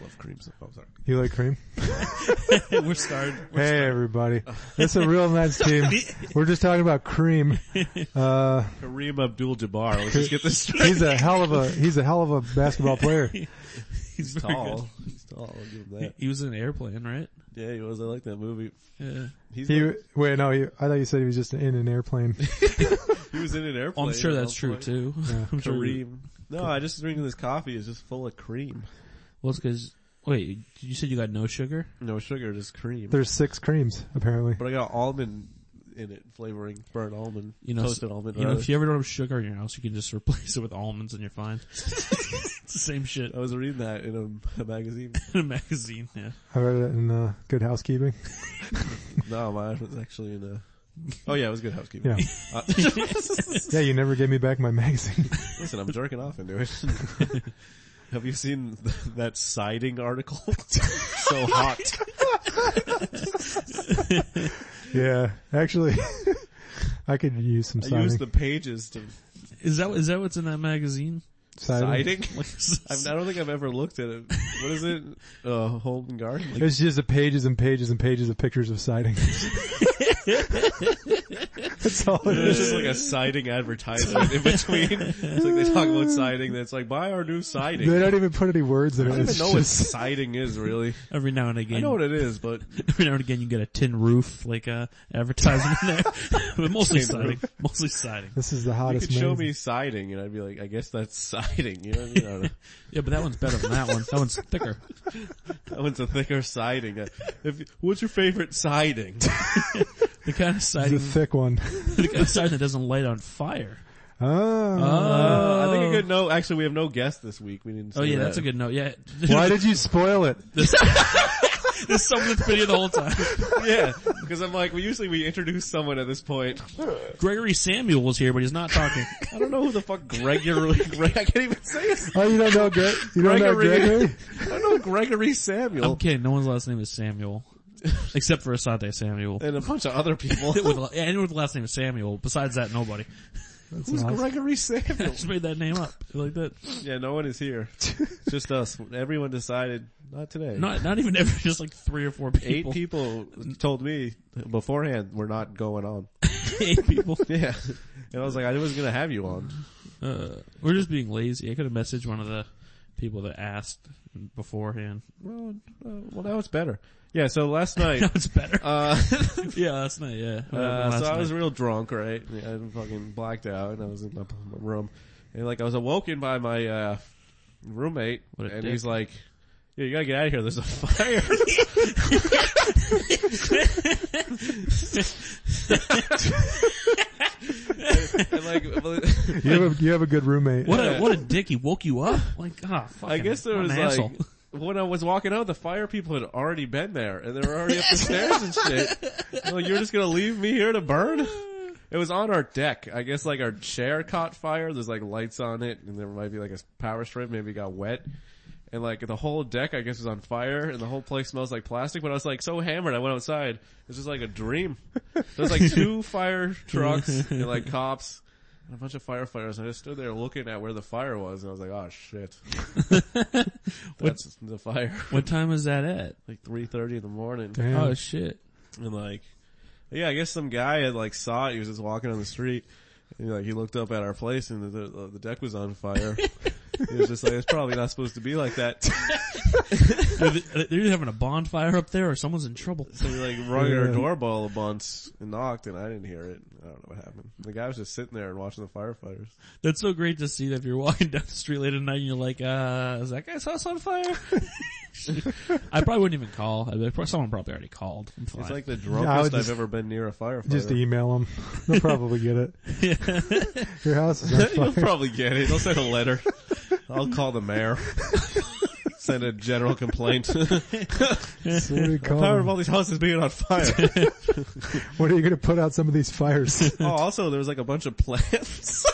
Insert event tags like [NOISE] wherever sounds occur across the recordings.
love cream so Oh, sorry. You [LAUGHS] like cream? [LAUGHS] we're started. We're hey everybody. It's a real nice team. We're just talking [LAUGHS] about cream. Uh, Kareem Abdul-Jabbar. Let's just get this straight. [LAUGHS] he's a hell of a, he's a hell of a basketball player. He's tall. He's tall. I'll give him that. He was in an airplane, right? [LAUGHS] Yeah, he was. I like that movie. Yeah. He's He, like- wait, no, you, I thought you said he was just in an airplane. he was in an Oh, airplane. I'm sure at that's one true point. too. Yeah. [LAUGHS] I'm sure- Kareem. No, I just drinking this coffee. It's just full of cream. Well, it's because wait, you said you got no sugar. No sugar, just cream. There's six creams apparently. but I got almond in it, flavoring, burnt almond, You know, toasted almond. You know, rather. if you ever don't have sugar in your house, you can just [LAUGHS] replace it with almonds, and you're fine. [LAUGHS] it's the same shit [LAUGHS] I was reading that in a, a magazine. in a magazine. Yeah. I read it in uh, Good [LAUGHS] Housekeeping. no, mine was actually in a. Oh yeah, it was good housekeeping. Yeah, Uh, [LAUGHS] yeah. You never gave me back my magazine. listen, I'm jerking off into it. [LAUGHS] Have you seen that siding article? so hot. yeah, actually, [LAUGHS] I could use some I used siding. the pages to Is that is that what's in that magazine? [LAUGHS] siding. Like, I'm, I don't think I've ever looked at it. What is it? Uh, home and garden. [LAUGHS] Like, It's just the pages and pages and pages of pictures [LAUGHS] of siding. [LAUGHS] That's all it It's is. just like a siding advertisement in between. It's like they talk about siding, then it's like buy our new siding. They don't even put any words in I it. don't It's even know what just, siding is really. every now and again, I know what it is, but [LAUGHS] every now and again, you get a tin roof like uh, advertisement in [LAUGHS] there, [LAUGHS] but mostly Tin siding. Mostly siding. this is the you hottest could show magazine. me siding, and I'd be like, I guess that's siding. You know what I mean? I don't know. Yeah, but that one's better than that one. That one's thicker. That one's a thicker siding. Uh, If, what's your favorite siding? The kind of It's a siding, [LAUGHS] thick one. [LAUGHS] the kind of siding that doesn't light on fire. Oh. Uh, I think a good no. Actually, we have no guest this week. We didn't. Oh say yeah, that. that's [LAUGHS] a good note. Yeah, [LAUGHS] Why did you spoil it? there's someone in the video the whole time. Yeah, because I'm like, we usually we introduce someone at this point. Gregory Samuel was here, but he's not talking. I don't know who the fuck Gregory. [LAUGHS] Greg, I can't even say his. Oh, you don't know Greg? You don't Gregory. know Gregory? I don't know Gregory Samuel I'm kidding. No one's last name is Samuel, except for Asante Samuel. [LAUGHS] and a bunch of other people. [LAUGHS] With, la- and with the last name of Samuel. Besides that, nobody. Who's Gregory Samuel? Just made that name up like that. yeah, no one is here. It's just us. Everyone decided not today. Not not even every just like three or four Eight people. people told me beforehand we're not going on. [LAUGHS] [LAUGHS] Eight people. Yeah. And I was like, I was gonna have you on. [LAUGHS] Uh, we're just being lazy. I could have messaged one of the people that asked beforehand. Well, uh, well now it's better. Yeah, so [LAUGHS] last night, Now it's better. uh, [LAUGHS] yeah, last night. Yeah. Uh, Last so I was night. real drunk, right? I fucking blacked out, and I was in my, my room, and like I was awoken by my uh roommate, What a and dick. he's like, "Yeah, you gotta get out of here. There's a fire." [LAUGHS] and like, well, You have a, you have a good roommate. what a what a dick! He woke you up. Like ah, fucking, I guess there what was an like. asshole. [LAUGHS] When I was walking out, the fire people had already been there, and they were already up the stairs and [LAUGHS] shit. I'm Like, you're just gonna leave me here to burn? It was on our deck. I guess like our chair caught fire. There's like lights on it, and there might be like a power strip. Maybe it got wet, and like the whole deck, I guess, was on fire, and the whole place smells like plastic. But I was like so hammered, I went outside. It was just like a dream. There's like [LAUGHS] two fire trucks and like cops. and A bunch of firefighters. And I just stood there looking at where the fire was, and I was like, "Oh shit, that's the fire." [LAUGHS] [LAUGHS] What time was that at? Like three thirty in the morning, Damn. Oh shit! and like, yeah, I guess some guy had like saw it. He was just walking on the street, and like he looked up at our place, and the the, the deck was on [LAUGHS] fire. he was just like, "It's probably not supposed to be like that." They're they're either having a bonfire up there or someone's in trouble. So we like rung our Yeah. doorbell a bunch and knocked, and I didn't hear it. I don't know what happened. The guy was just sitting there and watching the firefighters. That's so great to see that if you're walking down the street late at night and you're like, uh, is that guy's house on [LAUGHS] fire? I probably wouldn't even call. I bet- Someone probably already called. I'm fine. It's like the I drunkest would I've just- ever been near a firefighter. [LAUGHS] Just email them. They'll probably get it. Your house is [LAUGHS] You'll on fire. probably get it. They'll send a [LAUGHS] letter. I'll call the mayor. send a general complaint. So what, do you call Power of Um, them? all these houses being on fire. [LAUGHS] what are you going to put out some of these fires? oh, also there was like a bunch of plants.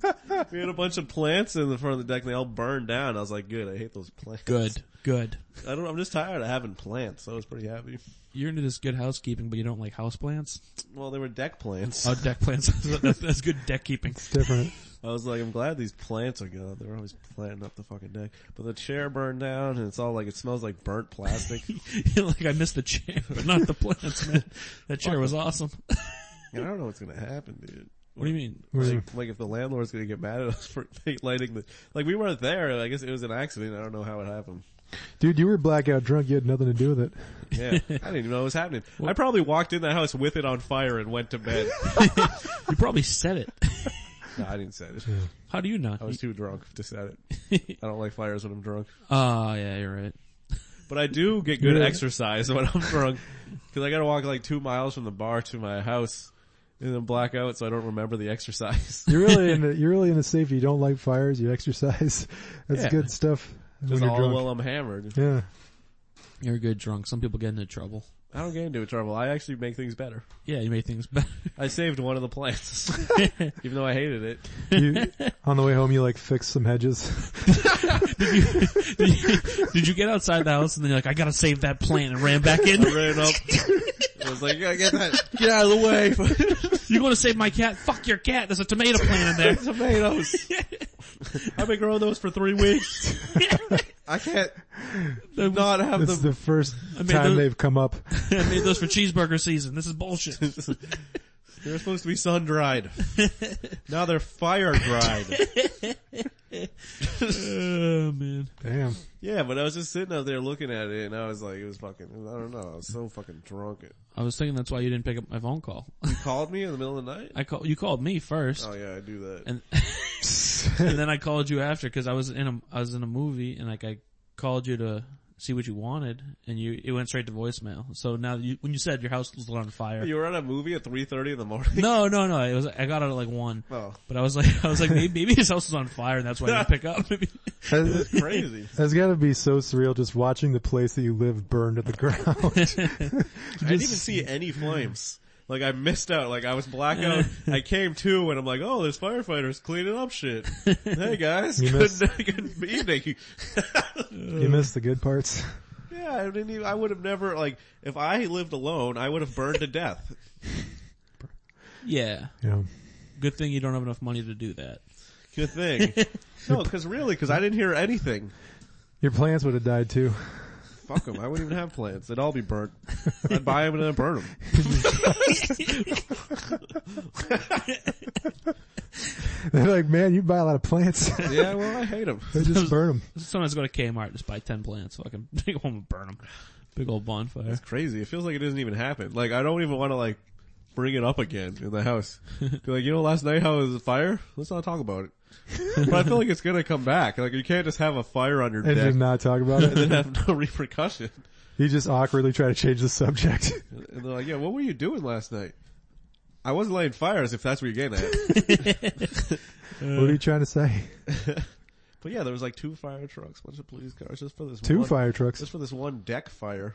[LAUGHS] we had a bunch of plants in the front of the deck and they all burned down. I was like, good, I hate those plants. Good, good. I don't I'm just tired of having plants. I was pretty happy. You're into this good housekeeping, but you don't like houseplants? Well, they were deck plants. Oh, deck plants. [LAUGHS] that's, that's good deck keeping. [LAUGHS] Different. I was like, I'm glad these plants are gone. They're always planting up the fucking deck. But the chair burned down and it's all like, it smells like burnt [LAUGHS] plastic. like I missed the chair, but not the plants, man. That chair was awesome. and I don't know what's gonna happen, dude. What do you mean? Like, like if the landlord's gonna get mad at us [LAUGHS] for lighting the, like we weren't there. I guess it was an accident. I don't know how it happened. Dude, you were blackout drunk. You had nothing to do with it. Yeah, I didn't even know it was happening. I probably walked in the house with it on fire and went to [LAUGHS] bed. You probably said it. [LAUGHS] no, I didn't say it. How do you know? I was too drunk to say it. [LAUGHS] I don't like fires when I'm drunk, Ah, yeah, you're right. but I do get good Yeah. exercise when I'm drunk because I gotta walk like two miles from the bar to my house. And then black out, so I don't remember the exercise. You're really into, you're really into safety. You don't like fires. You exercise. That's Yeah. good stuff. [LAUGHS] when Just you're all drunk. while I'm hammered. yeah. You're a good drunk. Some people get into trouble. I don't get into trouble. I actually make things better. Yeah, you made things [LAUGHS] better. I saved one of the [LAUGHS] plants, even though I hated it. You, on the way home, you like fix some hedges. Did you get outside the house and then you're like, I gotta save that plant and ran back in? I ran up. I was like, "You gotta get that, [LAUGHS] get out of the way, [LAUGHS] You're gonna save my cat? Fuck your cat. There's a tomato plant [LAUGHS] in there. tomatoes. [LAUGHS] I've been growing those for three weeks. I [LAUGHS] can't not have It's them. the first mean, time the- they've come up. I made those for cheeseburger season. This is bullshit. [LAUGHS] They're supposed to be sun dried. now they're fire dried. oh man. Damn. yeah, but I was just sitting out there looking at it, and I was like, it was fucking. I don't know. I was so fucking drunk. I was thinking that's why you didn't pick up my phone call. You called me in the middle of the night. I call, you called me first. Oh yeah, I do that. and and then I called you after because I was in a I was in a movie and like I called you to see what you wanted and you it went straight to voicemail. So now you, when you said your house was lit on fire, you were at a movie at three thirty in the morning. [LAUGHS] no, no, no, it was I got it at like one, Oh, but I was like [LAUGHS] I was like maybe, maybe his house was on fire and that's why I [LAUGHS] didn't pick up. [LAUGHS] Maybe. That's, crazy. that's gotta be so surreal just watching the place that you live burn to the [LAUGHS] ground. I didn't even see any flames. Like I missed out. Like I was blackout. I came to and I'm like, oh, there's firefighters cleaning up shit. hey guys, You good, missed- good evening. you miss the good parts. yeah, I didn't even. I would have never like if I lived alone, I would have burned to death. Yeah, Yeah. good thing you don't have enough money to do that. Good thing. No, because really, because I didn't hear anything. Your plants would have died too. [LAUGHS] Fuck them. I wouldn't even have plants. They'd all be burnt. I'd buy them and then burn them. They're like, man, you buy a lot of plants. [LAUGHS] Yeah, well, I hate them. they just burn them. Sometimes go to Kmart just buy ten plants, fucking [LAUGHS] take home and burn them. Big old bonfire. crazy. It feels like it doesn't even happen. Like I don't even want to like bring it up again in the house. Be like, you know, last night how was the fire? Let's not talk about it. but I feel like it's gonna come back. Like you can't just have a fire on your And deck just not talk about it. [LAUGHS] and have no repercussion. You just awkwardly try to change the subject. [LAUGHS] And they're like, yeah, what were you doing last night? I wasn't lighting fires if that's what you're getting at. what are you trying to say? [LAUGHS] but yeah, there was like two fire trucks, bunch of police cars just for this Two one, fire trucks. just for this one deck fire.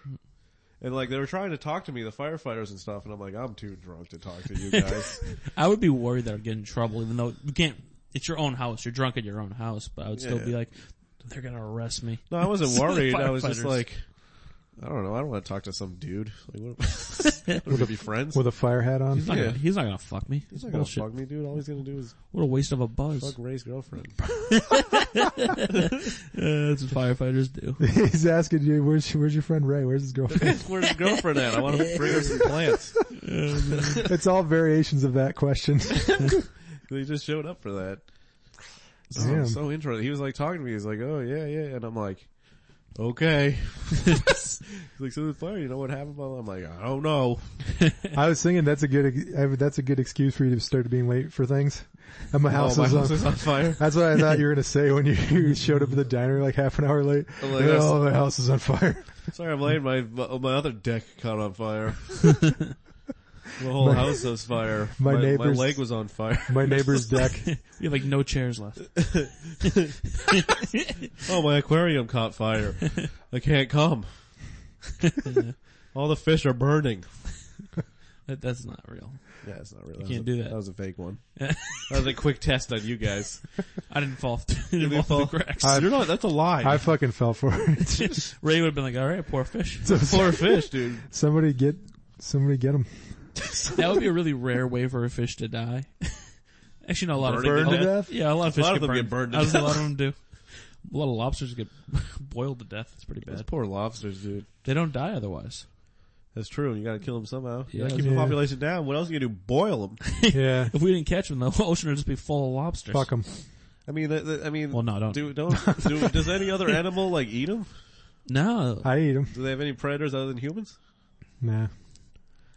And like they were trying to talk to me, the firefighters and stuff, and I'm like, I'm too drunk to talk to [LAUGHS] you guys. I would be worried that I'd get in trouble, even though you can't. It's your own house. You're drunk at your own house, but I would still Yeah. be like, they're gonna arrest me. No, I wasn't So the worried. I was just firefighters- like, I don't know. I don't want to talk to some dude. [LAUGHS] Like, what, would be friends? With a fire hat on. [LAUGHS] He's not, Yeah. gonna, he's not gonna fuck me. he's It's not gonna bullshit. fuck me, dude. All he's gonna do is What a waste of a buzz. fuck Ray's [LAUGHS] girlfriend. Uh, that's what firefighters [LAUGHS] do. He's asking you, where's, where's your friend Ray? Where's his girlfriend? [LAUGHS] Where's his girlfriend at? I want to bring her some plants. it's all variations of that question. They just showed up for that. So, Damn. so interesting. He was like talking to me. He's like, oh yeah, yeah, and I'm like, okay. [LAUGHS] he's like, so the fire. You know what happened? Well, I'm like, I don't know. I was thinking that's a good I mean, that's a good excuse for you to start being late for things. And my house, oh, my is, house on. is on fire. That's what I thought you were gonna say when you, [LAUGHS] you showed up at the diner like half an hour late. I'm like, And then, that's- oh, my house is [LAUGHS] on fire. Sorry, I'm late. My my my other deck caught on [LAUGHS] fire. the whole house was fire. [LAUGHS] my my neighbor's- leg was on fire. [LAUGHS] My neighbor's deck. We have like no chairs left. Oh, my aquarium caught fire. [LAUGHS] I can't come. All the fish are burning. That, that's not real. Yeah, it's not real. can't was a- do that. That was a fake one. [LAUGHS] that was a quick test on you guys. I didn't fall through, didn't You fall fall- through the [LAUGHS] cracks. You're not. That's a lie. [LAUGHS] I fucking fell for it. [LAUGHS] Ray would have been like, all right, poor [LAUGHS] fish. Poor fish, dude. Somebody get, somebody get [LAUGHS] him. that would be a really rare way for a fish to die. [LAUGHS] Actually, not a lot Burning of to fish. death? Yeah, a lot of fish lot of get them burned. get burned to I was- death. A lot of them do. A lot of lobsters get [LAUGHS] boiled to death. It's pretty Those bad. poor lobsters, dude. They don't die otherwise. That's true. You gotta kill them somehow. You gotta Yeah. keep Yeah. the population down. What else are you gonna do? Boil them. Yeah. If we didn't catch them, the [LAUGHS] ocean would just be full of lobsters. Fuck him. I mean, the, the, I mean, Well, no, don't. do don't. Do, does any other animal like eat them? No, I eat him. Do they have any predators other than humans? Nah.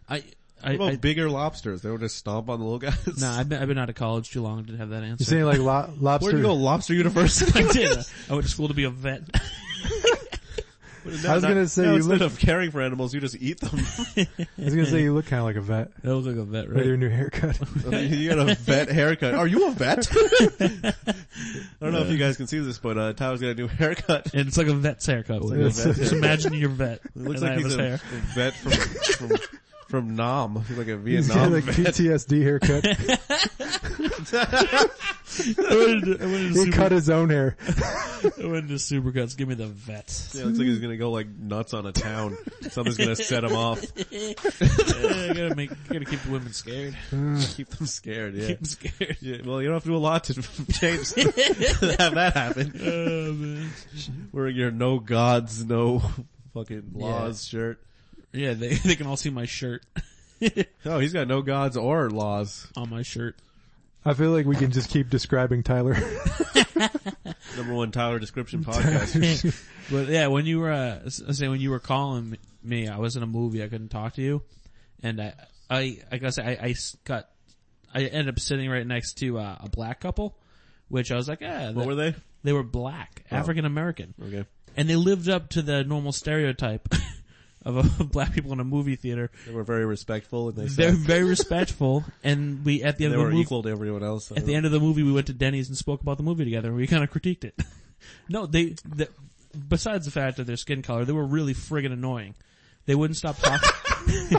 I, I, What about I bigger lobsters? They would just stomp on the little guys. nah, I've been, I've been out of college too long to have that You answer. saying like [LAUGHS] lo- Where'd you go? lobster? Lobster University. [LAUGHS] I did. I went to school to be a vet. No, was not- gonna say no, you instead look- of caring for animals, you just eat them. [LAUGHS] I was gonna say you look kind of like a vet [LAUGHS] That was like a vet, with right? your [LAUGHS] new haircut. you got a vet haircut. Are you a vet? [LAUGHS] I don't know if you guys can see this, but uh, Tyler's got a new [LAUGHS] haircut. And it's like a vet's haircut. like a vet just imagine your [LAUGHS] vet. It looks and I like he's have his a, hair. a vet from from, from Nam. He's like a He's got Vietnam like vet. PTSD [LAUGHS] haircut. I went into, I went into he super, cut his own hair. I went into supercuts. Give me the vet. [LAUGHS] Yeah, it looks like he's gonna go like nuts on a town. Something's gonna set him [LAUGHS] off, I gotta make, gotta keep the women scared. keep them scared. Yeah. [LAUGHS] Keep them scared. Yeah, well, you don't have to do a lot to [LAUGHS] change to have that happen. [LAUGHS] Oh man. Wearing your no gods, no fucking laws shirt. Yeah, they, [LAUGHS] they can all see my shirt No, Oh, he's got no gods or laws. on my shirt. I feel like we can just keep describing Tyler. [LAUGHS] Number one Tyler description [LAUGHS] podcast. But yeah, when you were, uh, s- I say when you were calling me, I was in a movie. I couldn't talk to you. And I, I, like I said, I, I s- got, I ended up sitting right next to uh, a black couple, which I was like, ah, what were they? They were black, African American. Okay. and they lived up to the normal stereotype [LAUGHS] of uh, black people in a movie theater. They were very respectful and they They're [LAUGHS] said very respectful, and we at they the end of were the movie, equal to everyone else. so- at the end of the movie, we went to Denny's and spoke about the movie together. We kind of critiqued it. [LAUGHS] no, they, the besides the fact of their skin color, they were really friggin' annoying. They wouldn't stop talking.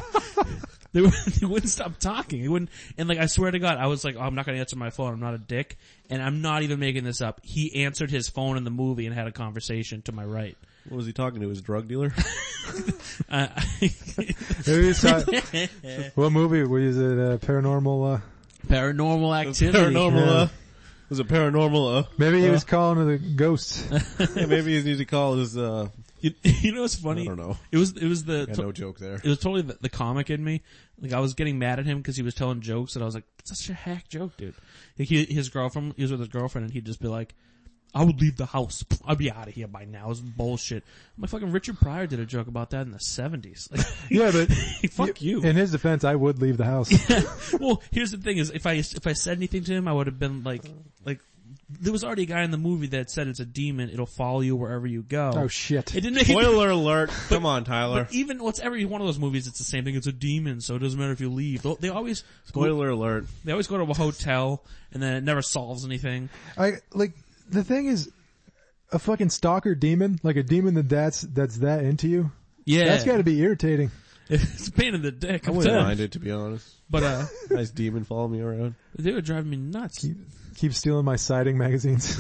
[LAUGHS] they, were, they wouldn't stop talking. They wouldn't, and like I swear to God, I was like, oh, I'm not gonna answer my phone. I'm not a dick, and I'm not even making this up. He answered his phone in the movie and had a conversation to my right. [LAUGHS] what was he talking to? His drug dealer? Uh, [LAUGHS] Maybe it's not- what movie was it? Uh, paranormal. Uh, Paranormal activity. paranormal. Yeah. Uh, was it paranormal? Uh, maybe he was calling to the ghosts. [LAUGHS] yeah, maybe he needs to call his. Uh, You, you know what's funny? I don't know. It was it was the Yeah, to- no joke [LAUGHS] there. it was totally the, the comic in me. Like I was getting mad at him because he was telling jokes, and I was like, "That's such a hack joke, dude." Like he, his girlfriend, he was with his girlfriend, and he'd just be like, "I would leave the house. I'd be out of here by now." It's bullshit. My fucking Richard Pryor did a joke about that in the seventies. Like, [LAUGHS] Yeah, but [LAUGHS] fuck you. in his defense, I would leave the house. well, here's the thing: is if I if I said anything to him, I would have been like, like there was already a guy in the movie that said it's a demon. It'll follow you wherever you go. oh shit. It didn't make it, Spoiler [LAUGHS] alert! Come on, Tyler. But even what's every one of those movies, it's the same thing. It's a demon, so it doesn't matter if you leave. They, they always Spoiler [LAUGHS] alert! They always go to a hotel, and then it never solves anything. I like the thing is a fucking stalker demon, like a demon that that's that's that into you. Yeah, That's got to be irritating. [LAUGHS] it's a pain in the dick. I I'm wouldn't telling mind you. it to be honest. But uh, Nice demon follow me [LAUGHS] around. [LAUGHS] they were driving me nuts. Keep, keep stealing my siding magazines.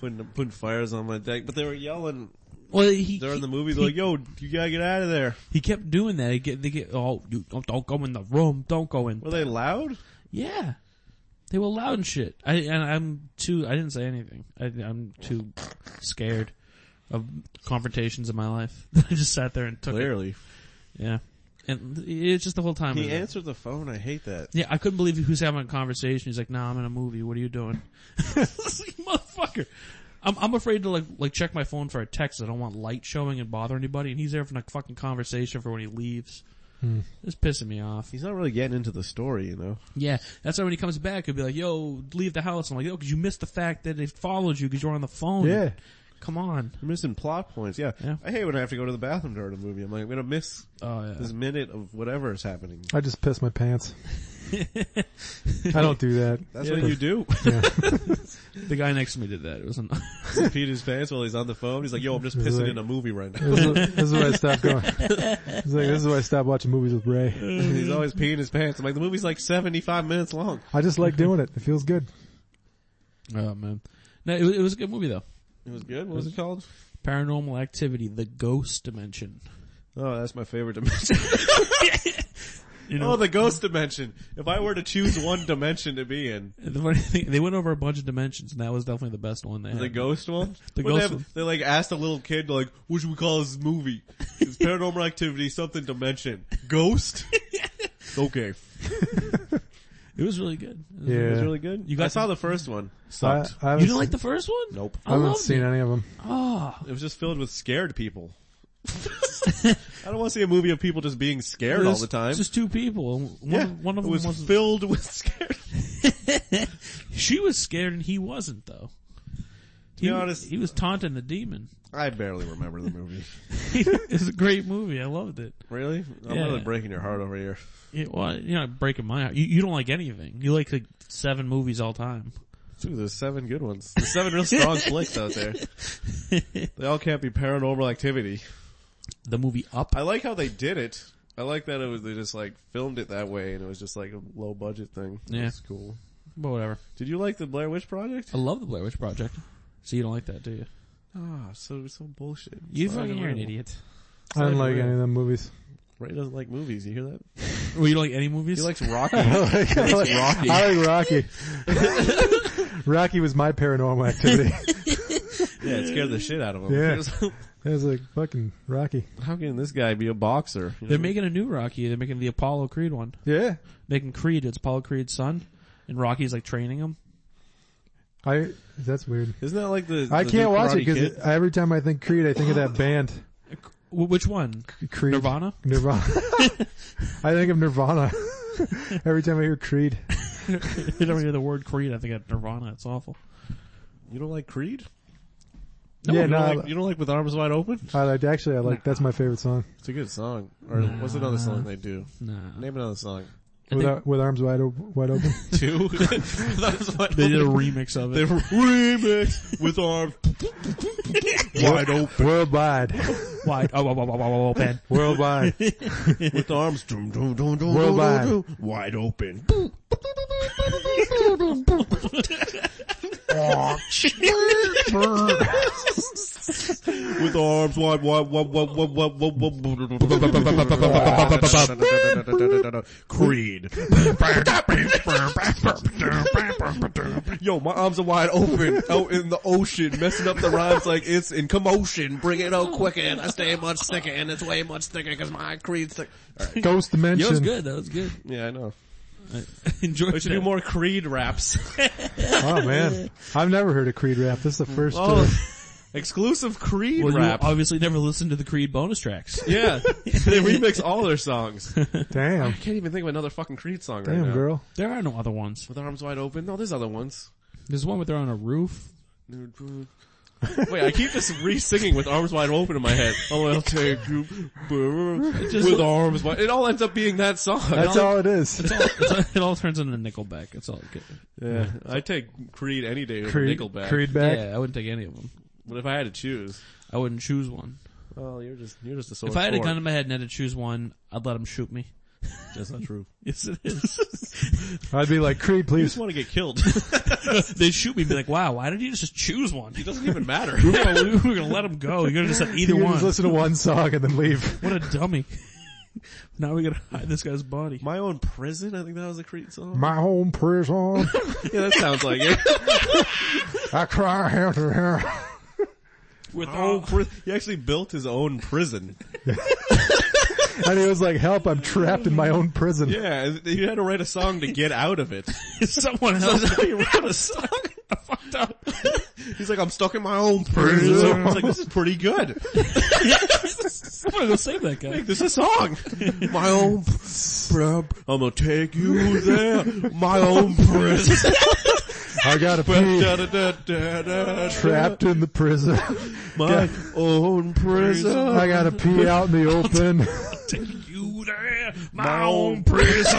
Putting putting fires on my deck, but they were yelling Well, he during he, the movie. They're like, "Yo, you gotta get out of there." he kept doing that. He get, they get oh, you, don't, don't go in the room. Don't go in. Were they loud? Yeah. They were loud and shit. I and I'm too. I didn't say anything. I, I'm too scared of confrontations in my life. [LAUGHS] I just sat there and took it. Clearly, Yeah, and it's just the whole time. he it was- answered the phone. I hate that. Yeah, I couldn't believe he was having a conversation. He's like, "Nah, I'm in a movie. What are you doing?" [LAUGHS] It's like, motherfucker. I'm I'm afraid to like like check my phone for a text. I don't want light showing and bother anybody. And he's there for a fucking conversation for when he leaves. It's pissing me off. He's not really getting into the story, you know. Yeah, that's why when he comes back, he'll be like, "Yo, leave the house." I'm like, "Yo, because you missed the fact that it followed you because you're on the [LAUGHS] phone." yeah. come on. You're missing plot points. Yeah. Yeah. I hate when I have to go to the bathroom during a movie. I'm like, I'm gonna miss Oh yeah. this minute of whatever is happening. I just pissed my pants. I don't do that. That's Yeah. [LAUGHS] what you do. Yeah. The guy next to me did that. It was an, [LAUGHS] He peed his pants while he's on the phone. He's like, yo, I'm just pissing like- in a movie right now. [LAUGHS] This is, this is why I stopped going. It's like, this is why I stopped watching movies with Ray. he's always peeing his pants. I'm like, the movie's like 75 minutes long. I just like doing it. It feels good. oh man. No, it was, it was a good movie though. It was good. What was it called? Paranormal Activity: The Ghost Dimension. Oh, that's my favorite dimension. [LAUGHS] You know, oh, the ghost dimension. If I were to choose one dimension to be in, the funny [LAUGHS] thing, they went over a bunch of dimensions, and that was definitely the best one they had. the ghost one? The Well, they ghost have- one. They like asked a little kid, like, what should we call this movie? It's paranormal activity, something dimension. [LAUGHS] Ghost? okay. It was really good. It was Yeah. It was really good. You got I saw the first one. I, Sucked. I You haven't, didn't like the first one? nope. I I haven't loved seen it. any of them. Oh, It was just filled with scared people. [LAUGHS] I don't want to see a movie of people just being scared It all was the time. Just two people. One, yeah, one it of them was was filled with [LAUGHS] scared. She was scared, and he wasn't though. To be honest- he was taunting the demon. [LAUGHS] I barely remember the movie. it was a great movie. I loved it. Really? I'm Yeah. really breaking your heart over here. It was, you know, breaking my heart. You, you don't like anything. You like like seven movies all time. Dude, there's seven good ones. There's seven real [LAUGHS] strong flicks out there. They all can't be paranormal activity. The movie Up. I like how they did it. I like that it was they just like filmed it that way and it was just like a low budget thing. Yeah. That's cool. But whatever. Did you like the Blair Witch Project? I love the Blair Witch Project. So you don't like that, do you? Ah, so so bullshit. You Sorry, fucking are an Ray. idiot. I didn't not like real. any of them movies. Ray doesn't like movies. You hear that? Well, you don't like any movies? He [LAUGHS] likes Rocky. I like Rocky. I like Rocky. [LAUGHS] Rocky was my paranormal activity. [LAUGHS] yeah, it scared the shit out of him. Yeah. He was like, It was like fucking Rocky. How can this guy be a boxer? You know? They're making a new Rocky. They're making the Apollo Creed one. Yeah. Making Creed. It's Apollo Creed's son, and Rocky's like training him. I, that's weird. Isn't that like the? I the can't new watch it Karate Kid? because every time I think Creed, I think of [GASPS] that band. Wh- Which one? Creed. [LAUGHS] Nirvana. Nirvana. [LAUGHS] I think of Nirvana. [LAUGHS] every time I hear Creed. you don't hear the word Creed. I think of Nirvana. It's awful. you don't like Creed. yeah, you, no, I don't li- like, you don't like with arms wide open. I like, actually, I like, that's my favorite song. It's a good song. Or what's another song they do? Nah. Name another [LAUGHS] song. I With, think- ar- with arms wide, o- wide open. [LAUGHS] Two. that was what They [LAUGHS] did a remix of They it. remix with arms wide open. Worldwide. Why? Oh, oh, oh, oh, oh, oh, Ben. Worldwide. With arms dum, dum, dum, dum, Worldwide. dum, dum, wide open. With arms wide, wide, wide, wide, wide, wide, wide, wide, wide. Creed. Yo, my arms are wide open out in the ocean, messing up the rhymes like it's in commotion. Bring it out quicker, and I stay much thicker, and it's way much thicker because my Creed's thick. Ghost Yeah, that was Dimension. good. That was [LAUGHS] good. Yeah, I know. I enjoyed We should that. do more Creed raps. Oh man. I've never heard a Creed rap. This is the first Oh, uh, exclusive Creed Well, you rap. obviously never listened to the Creed bonus tracks. yeah, they remix all their songs. I Damn. can't even think of another fucking Creed song right Damn now. girl. There are no other ones. With arms wide open. No, there's other ones. There's one where they're on a roof. Wait, I keep just re-singing with arms wide open in my head. [LAUGHS] Oh, I'll take you with arms wide. It all ends up being that song. [LAUGHS] That's all it is. It's all, it's all, it all turns into Nickelback. It's all good. yeah, I take Creed any day over Creed, Nickelback. Creed back. Yeah, I wouldn't take any of them. But if I had to choose, I wouldn't choose one. well, you're just you're just a sore If I had a sport. gun in my head and had to choose one, I'd let him shoot me. that's not true. Yes, it is. [LAUGHS] I'd be like, Creed, You [LAUGHS] please. just want to get killed. They'd shoot me and be like, wow, why did you just choose [LAUGHS] one? It doesn't even [LAUGHS] matter. We We're gonna, we we're gonna let him go. You're gonna just let either You can one. just listen to one song and then leave. What a dummy. [LAUGHS] now we gotta hide this guy's body. My own prison. I think that was a Creed song. My home prison. [LAUGHS] Yeah, that sounds like [LAUGHS] it. I cry after her. With Oh, all, [LAUGHS] pri- he actually built his own prison. And it was like, help, I'm trapped in my own prison. Yeah, he had to write a song to get out of it. someone [LAUGHS] else. he wrote a song. I fucked up. [LAUGHS] He's like, I'm stuck in my own prison. It's like, this is pretty good. I'm gonna go save that guy. This is a [LAUGHS] song. My own prison. I'm gonna take you there. My own [LAUGHS] prison. I gotta be Da-da-da-da-da. trapped in the prison. My own prison. I gotta pee out in the open. You there, my, My own own prison.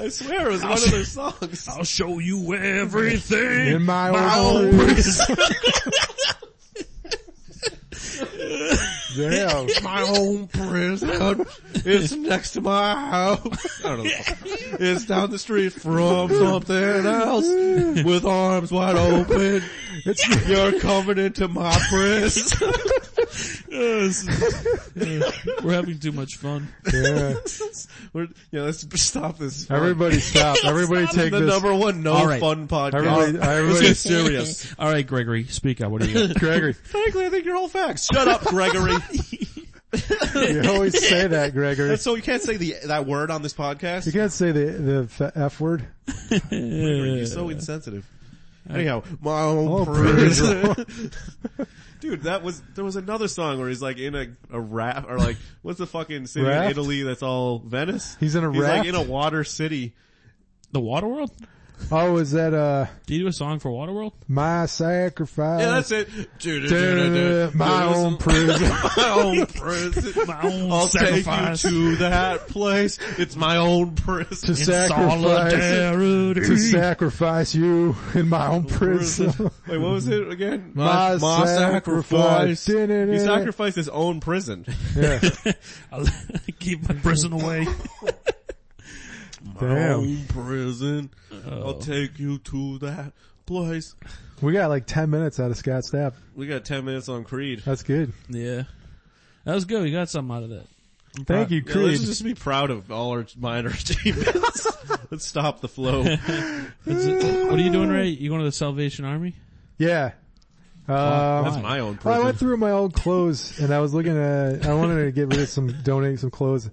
I swear it was one of their songs. I'll show you everything. In my old old prison. Damn. My own prison is next to my house. I don't know. It's down the street from something else with arms wide open. It's, You're coming into my prison. [LAUGHS] We're having too much fun. yeah. We're, yeah, let's stop this. Everybody stop. Everybody take the this. number one no All right. fun podcast. Everybody, Let's everybody, get serious. All right, Gregory, speak out. What do [LAUGHS] you? Gregory, Frankly, I think your whole facts. Shut up, [LAUGHS] Gregory. you always say that, Gregory. so you can't say the that word on this podcast. You can't say the the f- f word. You're so insensitive. Anyhow, my Oh, own prison. [LAUGHS] prison. Dude, that was, there was another song where he's like in a, a raft, or like, what's the fucking city in Raft? Italy that's all Venice? He's in a He's like raft? in a water city. The Waterworld? Oh, is that uh Do you do a song for Waterworld? my sacrifice? Yeah, that's it. Dude, Uh, Dude, my own prison. my own [LAUGHS] prison. My own I'll take you to that place. It's my own prison. to sacrifice to [LAUGHS] sacrifice you in my own prison. Wait, what was it again? My sacrifice. He sacrificed his own prison. yeah. I'll [LAUGHS] keep my prison away. My Damn. own prison. I'll take you to that place. We got like 10 minutes out of Scott Stapp. We got 10 minutes on Creed. That's good. Yeah. That was good. We got something out of that. I'm Thank proud. you, Yeah, let's Creed. just be proud of all our minor [LAUGHS] achievements. let's stop the flow. That's it. What are you doing, Ray? You going to the Salvation Army? yeah. Um, That's my own well, I prison. went through my old clothes and I was looking at, I wanted to get rid of some, donate some clothes.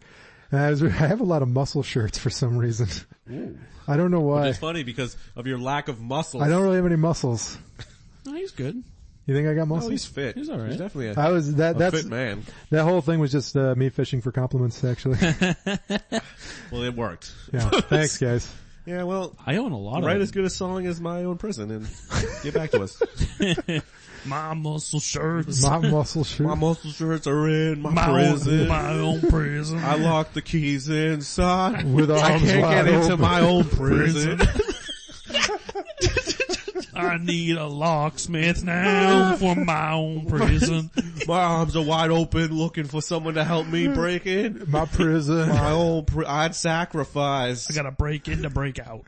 And I was, I have a lot of muscle shirts for some reason. I don't know why. It's funny because of your lack of muscle. I don't really have any muscles. No, he's good. You think I got Oh, he's Uh, muscles? fit. He's all right. definitely a, I was, that, a that's, fit man. that whole thing was just, uh, me fishing for compliments [LAUGHS] actually. Well, it worked. Yeah. Thanks guys. Yeah, well, I own a lot write of as good a song as my own prison [LAUGHS] and get back to us. my muscle [LAUGHS] shirts. My muscle shirt. my muscle shirts are in my, my prison. Own, my own prison. I locked the keys inside. with arms I can't wide get into open. my own [LAUGHS] prison. I need a locksmith now for [LAUGHS] my own prison. my arms are wide open looking for someone to help [LAUGHS] me break in. [LAUGHS] my [LAUGHS] prison. My own pr- I'd sacrifice. I gotta break in to break out.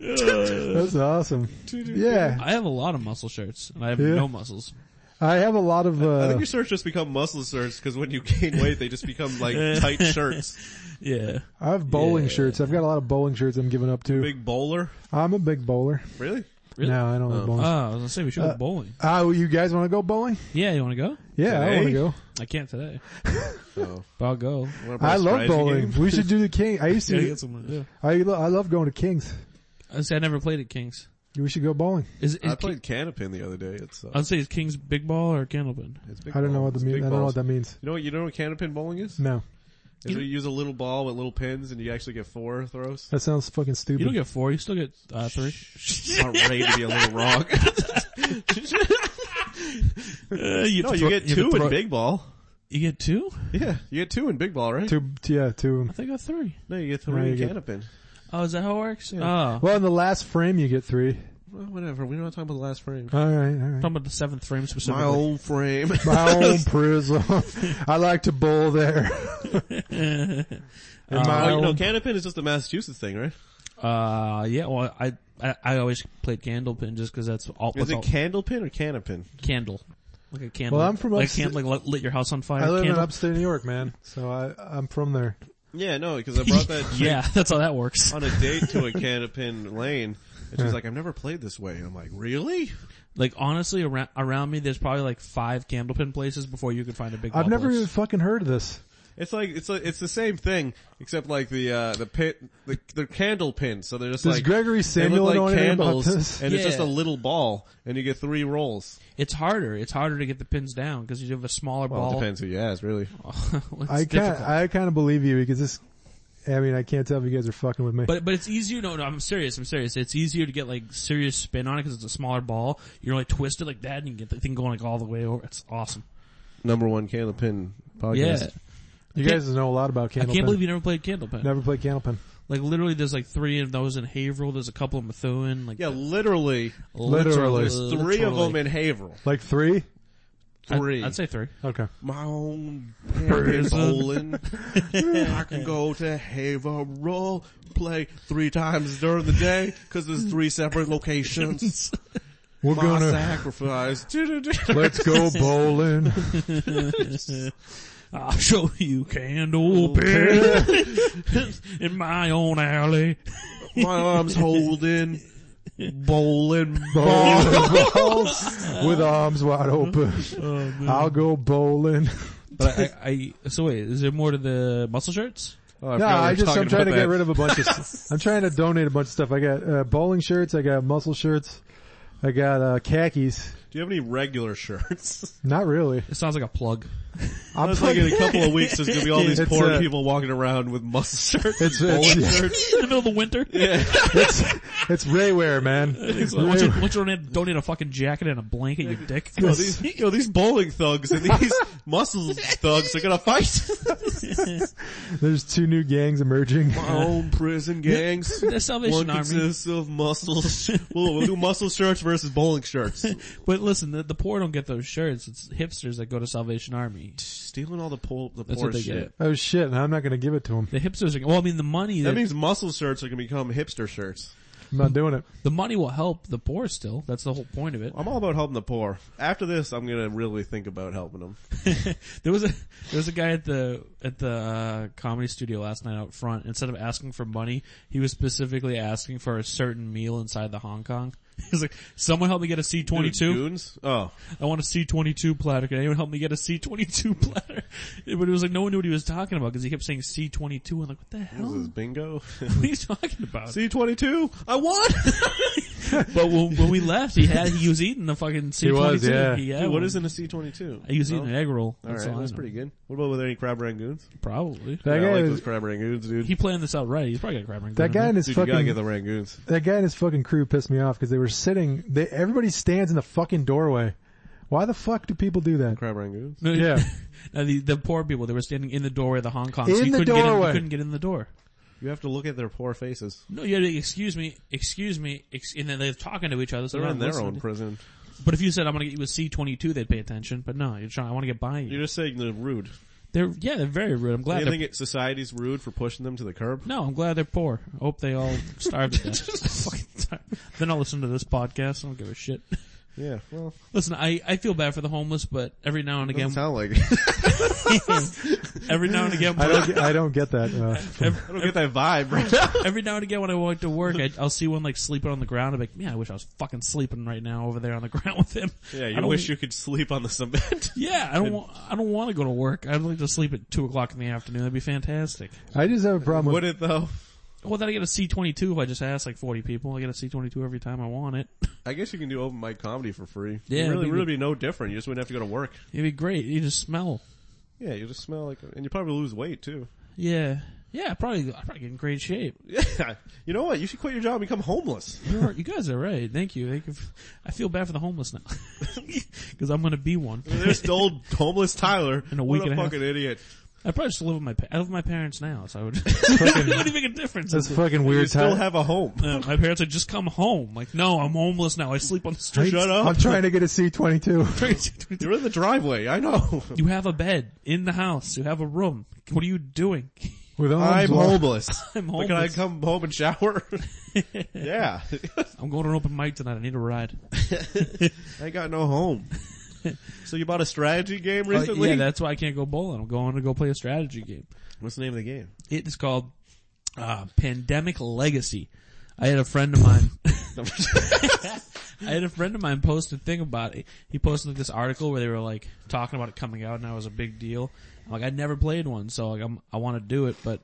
That's awesome. Yeah, I have a lot of muscle shirts and I have Yeah. no muscles. I have a lot of. I think Uh, your shirts just become muscle shirts because when you gain weight they just become [LAUGHS] like tight shirts. Yeah. I have bowling Yeah. shirts. I've got a lot of bowling shirts. I'm giving up too. Big bowler. I'm a big bowler. Really? Uh, Really? No, I don't like bowling. Oh, I was gonna say we should go bowling. Oh, you guys want to go bowling? Yeah, you wanna go? Yeah, I want Today? to go. I [LAUGHS] can't today. Oh. But I'll go. Wanna play I a love strategy bowling. game? We should do the king. I used [LAUGHS] Yeah, you to. got something to do. I lo- I love going to Kings. I say I never played at Kings. We should go bowling. Is, is I Ki- played canapin the other day. It's, uh, I'd say it's Kings Big Ball or Candlepin. it's big I don't know what balls. the It's mean. big I don't know balls. what that means. You know what, you know what canapin bowling is? No, Is where you use a little ball with little pins and you actually get four throws? that sounds fucking You don't stupid. get four, you still get uh, three. [LAUGHS] I'm ready to be a little wrong. you [LAUGHS] No, you get two in big ball. You get two? Yeah, you get two in big ball, right? Two, yeah, two. I think I got three. No, you get No, three you in get- canapin. Oh, is that how it works? Oh. Well, in the last frame you get three. Well, whatever, we're not talking about the last frame. All right, all right. Talking about the seventh frame specifically. My own frame. [LAUGHS] My own prison. I like to bowl there. In my Oh, you know, own- canapin is just a Massachusetts thing, right? Uh, yeah, well, I, I, I always played Candlepin just cause that's all, Is what's it all- candlepin or canapin? candle. Like a candle. Well, I'm from like a upsta- candle, like lit- lit your house on fire. I live in candle. upstate New York, man, so I, I'm from there. Yeah, no, because I brought [LAUGHS] that chick yeah, that's how that works. on a date to a canapin lane, and she's like, "I've never played this way." And I'm like, "Really?" Like honestly, around, around me, there's probably like five Candlepin places before you could find a big I've ball never place. even fucking heard of this. It's like it's like, it's the same thing, except like the uh the pit the the candle pin. So they're just Does like Gregory they Samuel look know like anything about candles, this? and it's just a Yeah. little ball, and you get three rolls. It's harder. It's harder to get the pins down because you have a smaller Well, it ball. depends who you ask, really. [LAUGHS] It's I can't. difficult. I kind of believe you because this. I mean, I can't tell if you guys are fucking with me. But but it's easier. No, no, I'm serious. I'm serious. It's easier to get like serious spin on it because it's a smaller ball. You're like twisted like that, and you can get the thing going like all the way over. It's awesome. Number one candle pin podcast. Yeah. You Can't- guys know a lot about I Candlepin. can't believe you never played Candlepin. never played Candlepin. Like literally, there's like three of those in Haverhill. There's a couple in Methuen. Like Yeah, literally. literally. There's three of them literally. in Haverhill. Like three? I'd- Three. I'd, say three. Okay. My own parents [LAUGHS] bowling. I can go to Haverhill, play three times during the day, cause there's three separate locations. We're My gonna, sacrifice. [LAUGHS] let's go bowling. I'll show you [LAUGHS] Candlepin in my own alley. My arms holding, bowling Bowling balls with arms wide open. Oh, I'll go bowling. But I, I, I so wait, is there more to the muscle shirts? Oh, No, I just, I'm trying to get of. rid of a bunch of, s- I'm trying to donate a bunch of stuff. I got, uh, bowling shirts, I got muscle shirts, I got, uh, khakis. Do you have any regular [LAUGHS] shirts? Not really. It sounds like a plug. [LAUGHS] I'm I was [LAUGHS] like, in a couple of weeks, there's gonna be all these It's, poor uh, people walking around with [LAUGHS] muscle shirts, It's- and it's- bowling yeah. shirts. in the middle of the winter. it's, it's Rayware, man. [LAUGHS] Once you, Rayware. once you donate, donate a fucking jacket and a blanket, you [LAUGHS] dick. Yo, [LAUGHS] these, yo, these bowling thugs and these [LAUGHS] muscle thugs are gonna fight. There's two new gangs emerging. My own prison gangs. The Salvation One Army. consists of [LAUGHS] muscles. We'll, we'll do muscle shirts versus bowling shirts. But listen, the, the poor don't get those shirts. It's hipsters that go to Salvation Army. Stealing all the, po- the That's poor what they shit. get. Oh shit, and I'm not gonna give it to him. The hipsters are, well I mean the money, That that means muscle shirts are gonna become hipster shirts. I'm not doing it. the money will help the poor still. That's the whole point of it. I'm all about helping the poor. After this, I'm gonna really think about helping them. [LAUGHS] There was a, there was a guy at the, at the, uh, comedy studio last night out front. Instead of asking for money, he was specifically asking for a certain meal inside the Hong Kong. [LAUGHS] He was like, someone help me get a C-22. Goons? Oh. I want a C22 platter. Can anyone help me get a C22 [LAUGHS] platter? But it was like no one knew what he was talking about because he kept saying C22 and like, what the This is hell? [LAUGHS] bingo. [LAUGHS] What are you talking about? C22, I won! but when, when we left, he had, he was eating the fucking C22. was, yeah. He had Dude, what one. is in a C22? He was eating No? an egg roll. That's Alright, all I that's know. pretty good. What about with any crab rangoons? Probably. That Yeah, I guy, like was- those crab rangoons, dude. He planned this out right. He's probably got a crab ring. that guy and his dude, you gotta fucking, get the rangoons. that guy and his fucking crew pissed me off because they were sitting. They everybody stands in the fucking doorway. Why the fuck do people do that? Crab rangoons. [LAUGHS] No, Yeah. now the, the poor people, they were standing in the doorway of the Hong Kong. so In you the couldn't Get in, you doorway. couldn't get in the door. You have to look at their poor faces. No, you had to, excuse me, excuse me, ex- and then they're talking to each other. So They're not in their listening own to- prison. But if you said I'm gonna get you a C22, they'd pay attention. But no, you're trying. I want to get by you. You're just saying they're rude. They're yeah, they're very rude. I'm Do glad. you They're, think it, society's rude for pushing them to the curb? no, I'm glad they're poor. I hope [LAUGHS] they all starve to death. Fucking starve. Then I'll listen to this podcast. I don't give a shit. [LAUGHS] Yeah, well, Listen, I I feel bad for the homeless, but every now and doesn't again, sound like it. every now [LAUGHS] and again, I don't. Get, I don't get that. Uh, I don't get that vibe [LAUGHS] right now. every now and again when I walk to work, [LAUGHS] I, I'll see one like sleeping on the ground. I'm like, man, I wish I was fucking sleeping right now over there on the [LAUGHS] ground with him. Yeah, I you don't- wish you could sleep on the cement. [LAUGHS] Yeah, I don't want. I don't want to go to work. I'd like to sleep at two o'clock in the afternoon. That'd be fantastic. I just have a problem Would with. it though? Well, then I get a C twenty two if I just ask like forty people. I get a C twenty two every time I want it. [LAUGHS] I guess you can do open mic comedy for free. Yeah, It'd it'd really, be really good. be no different. You just wouldn't have to go to work. It'd be great. You just smell. Yeah, you just smell like, and you probably lose weight too. Yeah, yeah. Probably. I'm probably in great shape. [LAUGHS] Yeah, you know what? You should quit your job and become homeless. You're, you guys are right. Thank you. Thank you. f- I feel bad for the homeless now [LAUGHS] because I'm gonna be one. [LAUGHS] There's old homeless Tyler. In a what week and a half. fucking idiot! I probably should live with my. Pa- I live with my parents now, so I would. [LAUGHS] it wouldn't make a difference. That's fucking weird. You still Tyler. have a home. Uh, my parents would just come home. Like, no, I'm homeless now. I sleep on the street. Shut up. I'm trying to get a C22. You're in the driveway. I know. [LAUGHS] You have a bed in the house. You have a room. What are you doing? [LAUGHS] With I'm arms wide- homeless. I'm But Can I homeless. come home and shower? [LAUGHS] yeah, I'm going to an open mic tonight. I need a ride. I got no [LAUGHS] home. So you bought a strategy game Uh, recently? yeah, that's why I can't go bowling. I'm going to go play a strategy game. What's the name of the game? It is called uh, Pandemic Legacy. I had a friend of mine. [LAUGHS] I had a friend of mine post a thing about it. He posted this article where they were like talking about it coming out, and that was a big deal. I'm like, I never played one, so like, I'm I want to do it, but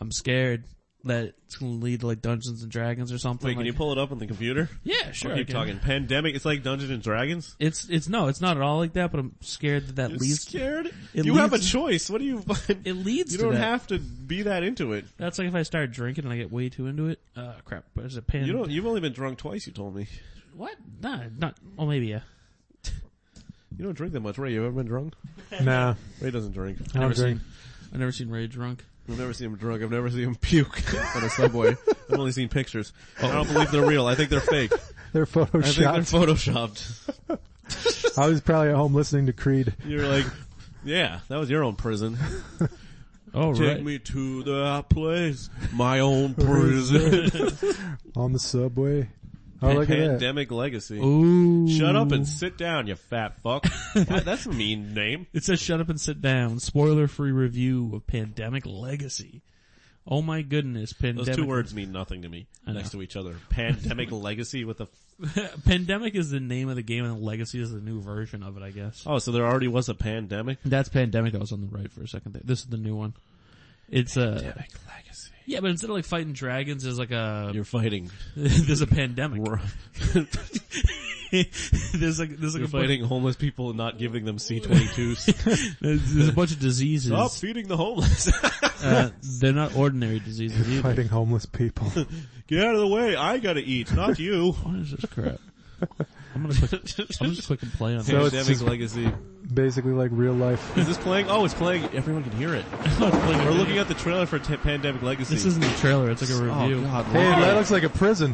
I'm scared that it's gonna lead to like Dungeons and Dragons or something. Wait, can Like- you pull it up on the computer? yeah, sure. Or I keep can. talking. Pandemic. It's like Dungeons and Dragons. It's it's no, it's not at all like that. But I'm scared that that leads. scared. it you have a leads- choice. What do [LAUGHS] you? It leads. you to don't that. have to be that into it. That's like if I start drinking and I get way too into it. Uh, crap. But is it pan? You don't. You've only been drunk twice. You told me. What? Nah, not. Well, maybe yeah. You don't drink that much, Ray. You ever been drunk? Nah, Ray doesn't drink. I don't Never drink. I've never seen Ray drunk. I've never seen him drunk. I've never seen him [LAUGHS] puke on a subway. I've only seen pictures. I don't believe they're real. I think they're fake. They're I think they're photoshopped. photoshopped. I was probably at home listening to Creed. You're like, yeah, that was your own prison. Oh, Take me to the place, my own prison. on the subway. Oh, look at that. Pandemic legacy. Ooh. Shut up and sit down, you fat fuck. That- that's a mean name. It says shut up and sit down. Spoiler free review of Pandemic Legacy. Oh my goodness, Those pandemic. two words mean nothing to me next to each other. Pandemic legacy with a. F- [LAUGHS] pandemic is the name of the game and Legacy is the new version of it, I guess. oh, so there already was a pandemic. That's Pandemic. I was on the right for a second there. This is the new one. It's a, uh, legacy. yeah, but instead of like fighting dragons, there's like a, You're fighting. there's a pandemic. You're [LAUGHS] there's like, there's like a bunch, fighting homeless people and not giving them C22s. there's, there's a bunch of diseases. Stop feeding the homeless. [LAUGHS] Uh, they're not ordinary diseases either. Fighting [LAUGHS] homeless people. Get out of the way. I gotta eat, not you. What is this crap? I'm gonna click, I'm just clicking play on So this. it's pandemic just- legacy. Basically like real life. Is this playing? Oh, it's playing. Everyone can hear it. We're looking at the trailer for t- Pandemic Legacy. This isn't a trailer, it's like a review. oh god. Hey, that looks like a prison.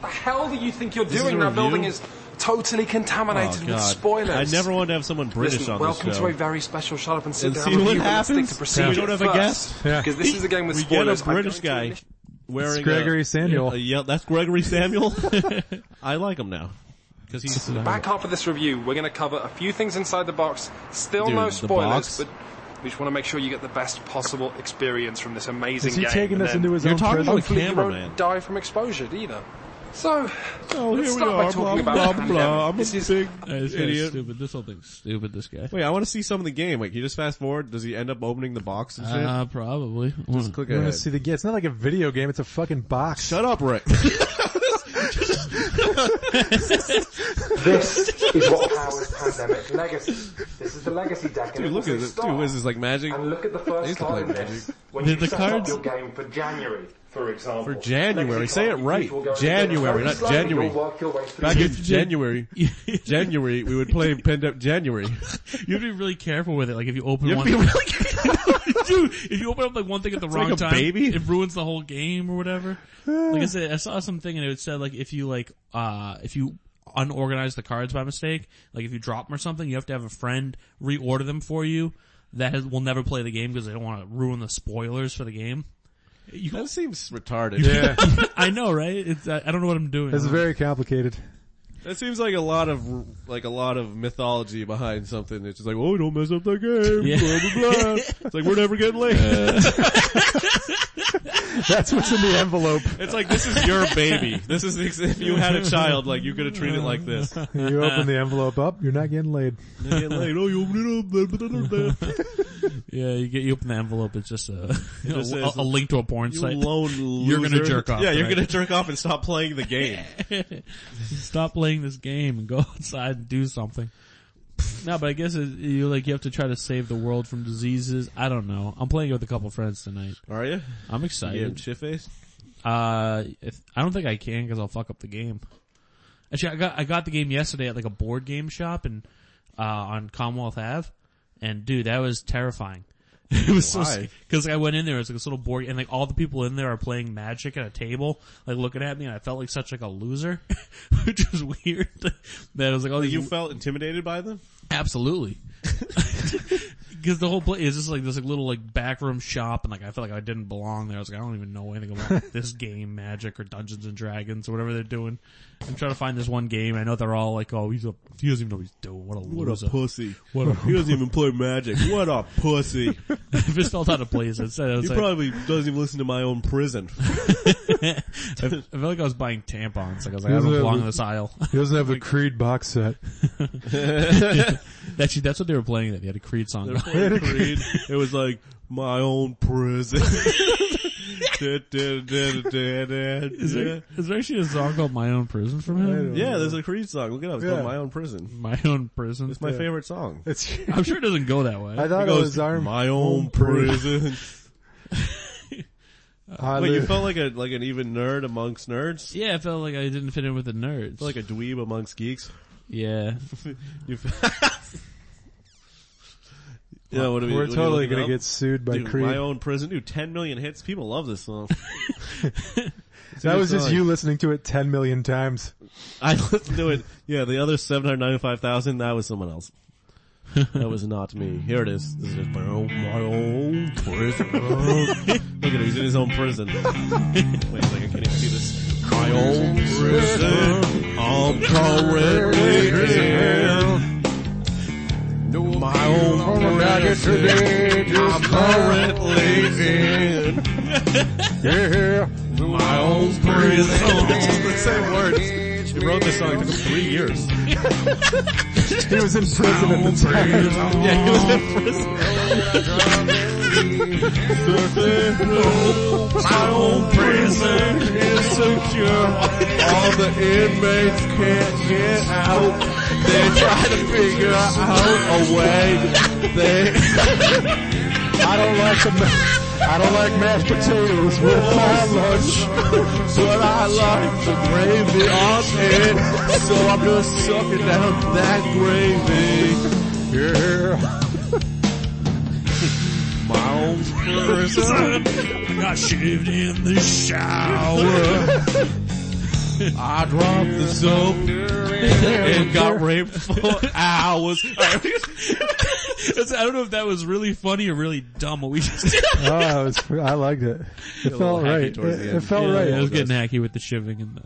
the hell do you think you're is doing? a That building review? is totally Oh, contaminated with God. spoilers. I never wanted to have someone British Listen, on this welcome show. to a very special shut up and sit and down see what review, but let's happens. Stick to procedure We don't have a first, guest. Yeah. Because [LAUGHS] this is a game with We get spoilers. a I'm British going to guy wearing Gregory a, Samuel. a ye- that's Gregory Samuel. [LAUGHS] I like him now because he's Back half of this review, we're going to cover a few things inside the box. Still Dude, no the box? spoilers, but we just want to make sure you get the best possible experience from this [LAUGHS] amazing Is he game. taking and us then into his You're own talking prison? about hopefully you cameraman? won't die from exposure either. So, Oh, here let's we start by are, talking blah, about blah, Pandemic. blah. I'm This a is- big Uh, this guy's idiot. stupid. This whole thing's stupid, this guy. Wait, I want to see some of the game. Wait, can you just fast forward? Does he end up opening the box and shit? Uh, probably. Just click You want ahead. to Um, see the game? It's not like a video game. It's a fucking box. Shut up, Rick. [LAUGHS] This [LAUGHS] is what powers Pandemic Legacy. This is the Legacy deck. and Dude, it look was at a this. Dude, star. what is this like magic? And look at the I first used to card in play this. Magic. When The- you the set cards- up your game for January, for example. For January. Legacy Say card, it you right. people go into January, it. not Slowly you'll January. work your way through Back in it. [LAUGHS] January, You'd January, we would play Pandemic January. be really careful with it. Like if you open You'd one, be really [LAUGHS] dude, if you open up like one thing at the wrong like a time, baby. it ruins the whole game [SIGHS] or whatever. like I said, I saw something and it said like if you like, uh, if you unorganize the cards by mistake, like if you drop them or something, you have to have a friend reorder them for you. That has, will never play the game because they don't want to ruin the spoilers for the game. [LAUGHS] that seems retarded. [LAUGHS] Yeah. I know, right? It's, I, I don't know what I'm doing. It's [LAUGHS] very complicated. That seems like a lot of like a lot of mythology behind something. It's just like, oh, don't mess up the game. Yeah. Blah blah blah. [LAUGHS] it's like we're never getting late. That's what's in the [LAUGHS] envelope. it's like this is your baby. This is the, if you had a child, like you could have treated it like [LAUGHS] this. You open the envelope up, you're not getting laid. Never getting late. Oh, you opened it up. Blah, blah, blah, blah. Yeah, you get you open the envelope. It's just a [LAUGHS] just a, says, a link to a porn You site. lone loser. You're gonna jerk off Yeah, you're tonight. gonna jerk off and stop playing the game. Stop playing this game and go [LAUGHS] outside and do something. No, but I guess it, you like you have to try to save the world from diseases. I don't know. I'm playing it with a couple friends tonight. Are you? I'm Yeah, excited. shit face. Uh, if, I don't think I can because I'll fuck up the game. Actually, I got I got the game yesterday at like a board game shop and uh on Commonwealth Ave, and dude, that was terrifying. [LAUGHS] It was so Why? so because like, I went in there. It's like this little board, and like all the people in there are playing Magic at a table, like looking at me, and I felt like such like a loser, [LAUGHS] which was weird. [LAUGHS] that I was like, oh, You you felt intimidated by them? [LAUGHS] absolutely. Because the whole place is just like this like little like backroom shop, and like I felt like I didn't belong there. I was like, I don't even know anything about this game, Magic or Dungeons and Dragons or whatever they're doing. I'm trying to find this one game. I know they're all like, oh, he's a he doesn't even know what he's doing. What a What loser. a pussy. What a- [LAUGHS] he doesn't even play magic. What a [LAUGHS] pussy. [LAUGHS] I just felt out of place. I said, I He was like, probably doesn't even listen to my own [LAUGHS] prison. I felt like I was buying tampons. Like I was like, I Those don't are belong the- in this aisle. [LAUGHS] He doesn't have the Creed box set. Actually, that's what they were playing. That they had a Creed song. They're playing Creed. It was like my own [LAUGHS] prison. Is there, [LAUGHS] is there actually a song called My Own Prison from him? yeah, there's a Creed song. Look it up. It's Yeah. called My Own Prison. My Own Prison. It's my favorite song. [LAUGHS] It It's, I'm sure it doesn't go that way. I thought it, goes, was arm. my own prison. [LAUGHS] I Wait, you live- felt [LAUGHS] like a like an even nerd amongst nerds? Yeah, I felt like I didn't fit in with the nerds. Like a dweeb [LAUGHS] amongst geeks? yeah, You f- Yeah, what do we, We're what do you totally look it gonna up? get sued by Dude, Creed. my own prison. Dude, 10 million hits. People love this [LAUGHS] song. that was just song. you listening to it 10 million [LAUGHS] times. I listened to it. Yeah, the other 795,000, that was someone else. That was not me. Here it is. This is my own, my own [LAUGHS] prison. Look at him, he's in his own [LAUGHS] prison. Wait a second, can you see this? My own prison, I'm currently in. My own prison, I'm currently in. Yeah. My own prison. [LAUGHS] the same words. He wrote this song. It took him three years. He was in prison at the time. [LAUGHS] Yeah, he was in [LAUGHS] prison. My own prison is secure. All the inmates can't get out. They try to figure out a way. They I don't like the, ma- I don't like mashed potatoes with my lunch. But I like the gravy on it, so I'm just sucking down that gravy. Yeah. My own prison. Got shaved in the shower. I dropped the soap and got raped for [LAUGHS] hours. [LAUGHS] That's- I don't know if that was really funny or really dumb what we just [LAUGHS] did. [LAUGHS] Oh, it was, I liked it. It felt little hacky right. It, towards the it end. felt Yeah, right. I was getting hacky with the shivving and the.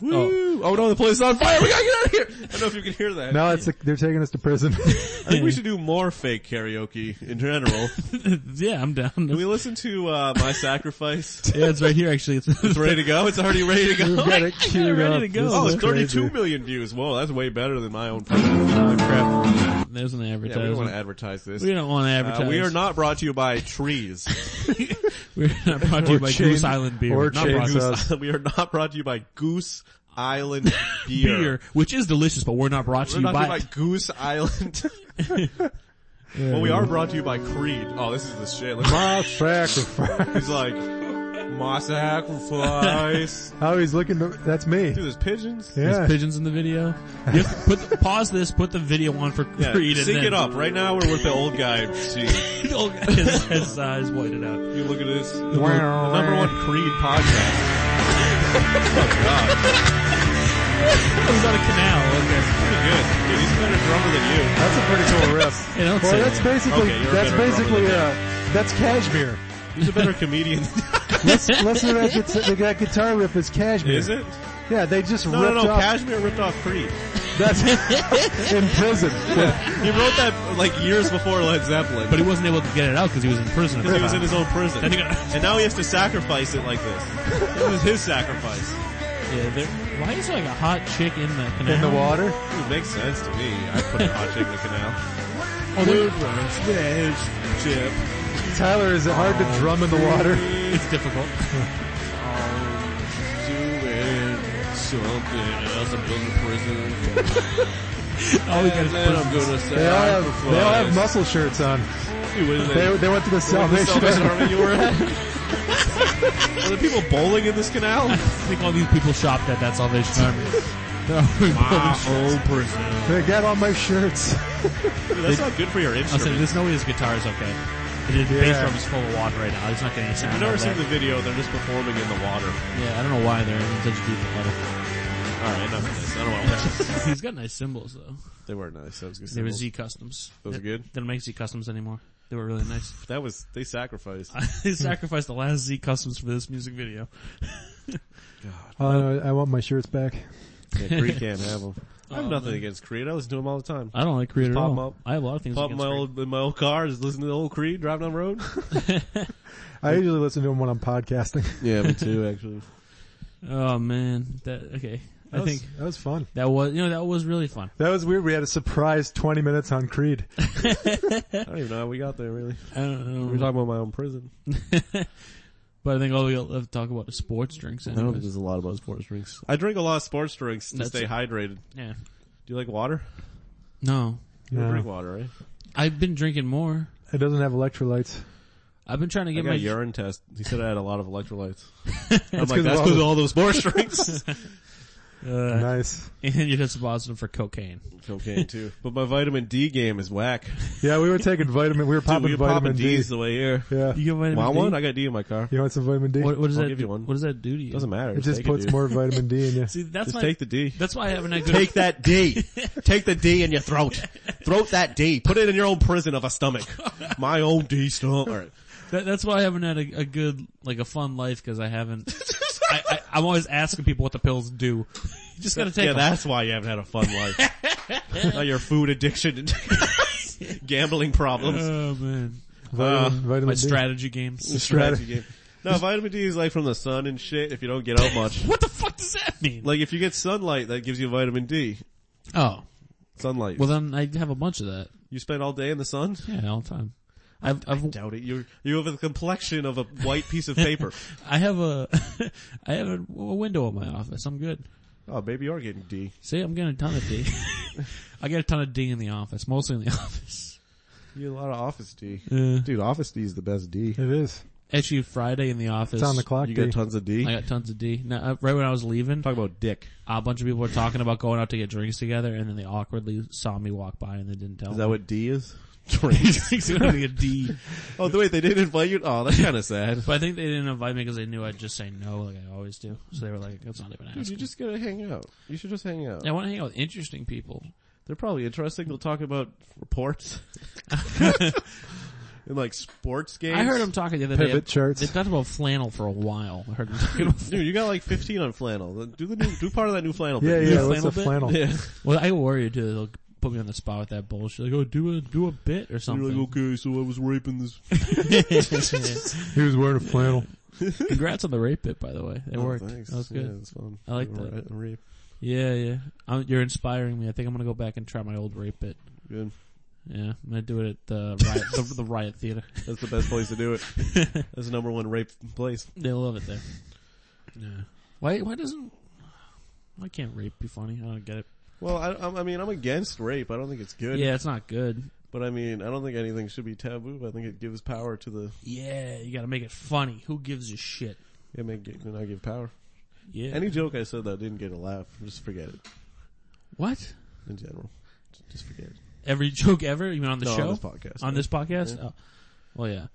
Woo. Oh no, the place is on fire. We gotta get out of here. I don't know if you can hear that. Now it's like they're taking us [LAUGHS] to prison. [LAUGHS] I think we should do more fake karaoke in general. [LAUGHS] yeah, I'm down. Can [LAUGHS] we listen to uh, My Sacrifice? [LAUGHS] yeah, it's right here actually. [LAUGHS] It's, It's [LAUGHS] ready to go. It's already ready to [LAUGHS] We've go. got it queued ready up. to go. This Oh, is it's 32 crazy. million views. Whoa, that's way better than my own. Oh, crap. There's an Yeah, we advertisement. don't want to advertise this. we don't want to Uh, advertise. we are not brought to you by trees. [LAUGHS] [LAUGHS] We're not brought to you by chain- Goose Island beer. or not brought to you by chainsaws. we are not brought to you by Goose [LAUGHS] Island beer. beer, which is delicious, but we're not brought to We're you not by. talking about Goose Island. [LAUGHS] [LAUGHS] Yeah. well, we are brought to you by Creed. Oh, this is the shit. Look, [LAUGHS] My sacrifice. [LAUGHS] he's like, my [LAUGHS] sacrifice. Oh, he's looking. To, that's me. Dude, there's pigeons. Yeah. There's pigeons in the video. You have to put the, pause this. Put the video on for Yeah, Creed. and sync then- it [LAUGHS] up. Right now we're with the old guy. Jeez. The old guy has, has, uh, has whited out. You look at [LAUGHS] this. The Wow. number one Creed podcast. [LAUGHS] It was on a canal. Okay. Pretty good. Dude, he's a better drummer than you. That's a pretty [LAUGHS] cool riff. Hey, don't Well, say that's that. basically Okay, you're a that's better basically drummer than uh that's cashmere. He's a [LAUGHS] better comedian. [LAUGHS] Listen, listen to that, guitar, that guitar riff is cashmere. Is it? Yeah, they just No, ripped no, no. off. Cashmere ripped off Creed. that's [LAUGHS] in prison. He wrote that like years before Led Zeppelin. [LAUGHS] But he wasn't able to get it out because he was in prison. Because he was in his own prison. Then he got- And now he has to sacrifice it like this. This is his sacrifice. Yeah, there- why is there like a hot chick in the canal? In the water. It makes sense to me. I put a hot chick in the canal. Oh, there- Chip. Tyler, is it hard to drum in the water? it's difficult. Doing something else. I'm going to prison. All we got is Then I'm going prison. to sacrifice. They all have they all have muscle shirts on. Dude, what is that? They they went to the the Salvation Salvation Army. Army you were at? [LAUGHS] Are there people bowling in this [LAUGHS] canal? I think all these people shopped at that Salvation Army. [LAUGHS] My own prison. They got all my shirts. Dude, that's not good for your I was saying, instrument. there's no way his guitar is okay. His bass Yeah. drum is full of water right now. He's not getting any sound. I've never out of seen that. the video. They're just performing in the water. Yeah, I don't know why they're in such deep water. [LAUGHS] All right, enough of this. I don't want to watch this. He's got nice cymbals though. They were nice. That was good. They were symbols. Z Customs. Those are good? They don't make Z Customs anymore. They were really nice. [LAUGHS] That was they sacrificed. they sacrificed the last Z Customs for this music video. Uh, Oh, no, I want my shirts back. Yeah, Creed can't have them. I have nothing against Creed. I listen to him all the time. I don't like Creed at pop 'em all. up. I have a lot of things Pop against my Creed. old in my old car, just listen to the old Creed driving down the road. I usually listen to them when [LAUGHS] I'm podcasting. [LAUGHS] yeah, me too. Actually, Oh man, that okay. I That was- think that was fun. that was you know that was really fun. That was weird. We had a surprise 20 minutes on Creed. I don't even know how we got there. Really, I don't we are know, talking about my own prison. but I think all we have to talk about is sports drinks. I don't Anyways. think there's a lot about sports drinks. I drink a lot of sports drinks to That's- stay hydrated. Yeah, Do you like water? no, You don't No. drink water, right? I've been drinking more. It doesn't have electrolytes. I've been trying to I get got my a urine [LAUGHS] test. He said I had a lot of electrolytes. I'm 'cause like, of that's all [LAUGHS] because the- all those sports drinks. Uh, Nice. [LAUGHS] and you tested positive for cocaine. Cocaine too. But my vitamin D game is whack. Yeah, we were taking vitamin. We were Dude, popping we were vitamin popping D. D's the way here. Yeah. You get vitamin Want D? one? I got D in my car. You want some vitamin D? What, what does I'll that? give you one. What does that do to you? Doesn't matter. it just take puts dude. more vitamin D in you. See, that's Just my. take the [LAUGHS] D. that's why I haven't had good. Take that D. Take the D in your throat. Throat that D. Put it in your own prison of a [LAUGHS] stomach. My own D stomach. All right. That, that's why I haven't had a, a good, like a fun life because I haven't. [LAUGHS] I, I, I'm always asking people what the pills do. You just gotta take Yeah, 'em. that's why you haven't had a fun life. [LAUGHS] now your food addiction and [LAUGHS] gambling problems. Uh, Oh man, Vitamin, vitamin my D. strategy games. Strategy game. No, vitamin D is like from the sun and shit if you don't get [LAUGHS] out much. What the fuck does that mean? Like if you get sunlight, that gives you vitamin D. oh, Sunlight. well then I have a bunch of that. you spend all day in the sun? Yeah, all the time. I've, I've, Doubt it. You you have the complexion of a white piece of [LAUGHS] paper. I have a, I have a, a window in my office. I'm good. oh, maybe you are getting D. See, I'm getting a ton of D. [LAUGHS] I get a ton of D in the office, mostly in the [LAUGHS] office. You get a lot of office D. Uh, Dude, office D is the best D. It is. actually, Friday in the office. It's on the clock. You D. got tons of D. I got tons of D. Now, uh, right when I was leaving, Talk about dick. a bunch of people were talking about going out to get drinks together, and then they awkwardly saw me walk by and they didn't tell Is me. that what D [LAUGHS] is? Drink. It's gonna be a D. [LAUGHS] oh, wait, they didn't invite you? Oh, that's kind of sad. [LAUGHS] But I think they didn't invite me because they knew I'd just say no, like I always do. So they were like, "That's not even Dude, asking." you just gotta hang out. You should just hang out. I want to hang out with interesting people. They're probably interesting. They'll talk about [LAUGHS] reports. and like sports games. I heard them talking the other day. Pivot charts. They talked about flannel for a while. I heard them [LAUGHS] talking about. Dude, you got like 15 on flannel. Do the new, do part of that new flannel Yeah, thing. yeah. What's flannel the bit? flannel? Yeah. Well, I worry too. They'll put me on the spot with that bullshit. Like, oh, do a do a bit or You're something. like, okay, so I was raping this. He was wearing a flannel. Congrats on the rape bit, by the way. It worked. Oh, thanks. That was Yeah, good. that's fun. I like Ra- that. Rape. Yeah, yeah. I'm, you're inspiring me. I think I'm gonna go back and try my old rape bit. Good. Yeah, I'm gonna do it at [LAUGHS] the riot, the, the riot theater. That's the best place to do it. [LAUGHS] That's the number one rape place. They love it there. Yeah. Why? Why doesn't? Why can't rape be funny? I don't get it. Well, I, I'm- I mean, I'm against rape. I don't think it's good. Yeah, it's not good. But I mean, I don't think anything should be taboo. I think it gives power to the, Yeah, you gotta make it funny. Who gives a shit? yeah, make it, and I give power. Yeah. Any joke I said that didn't get a laugh, just forget it. what? In general. Just forget it. Every joke ever, even on the No, on show, this podcast. On this podcast? Oh. Well, yeah.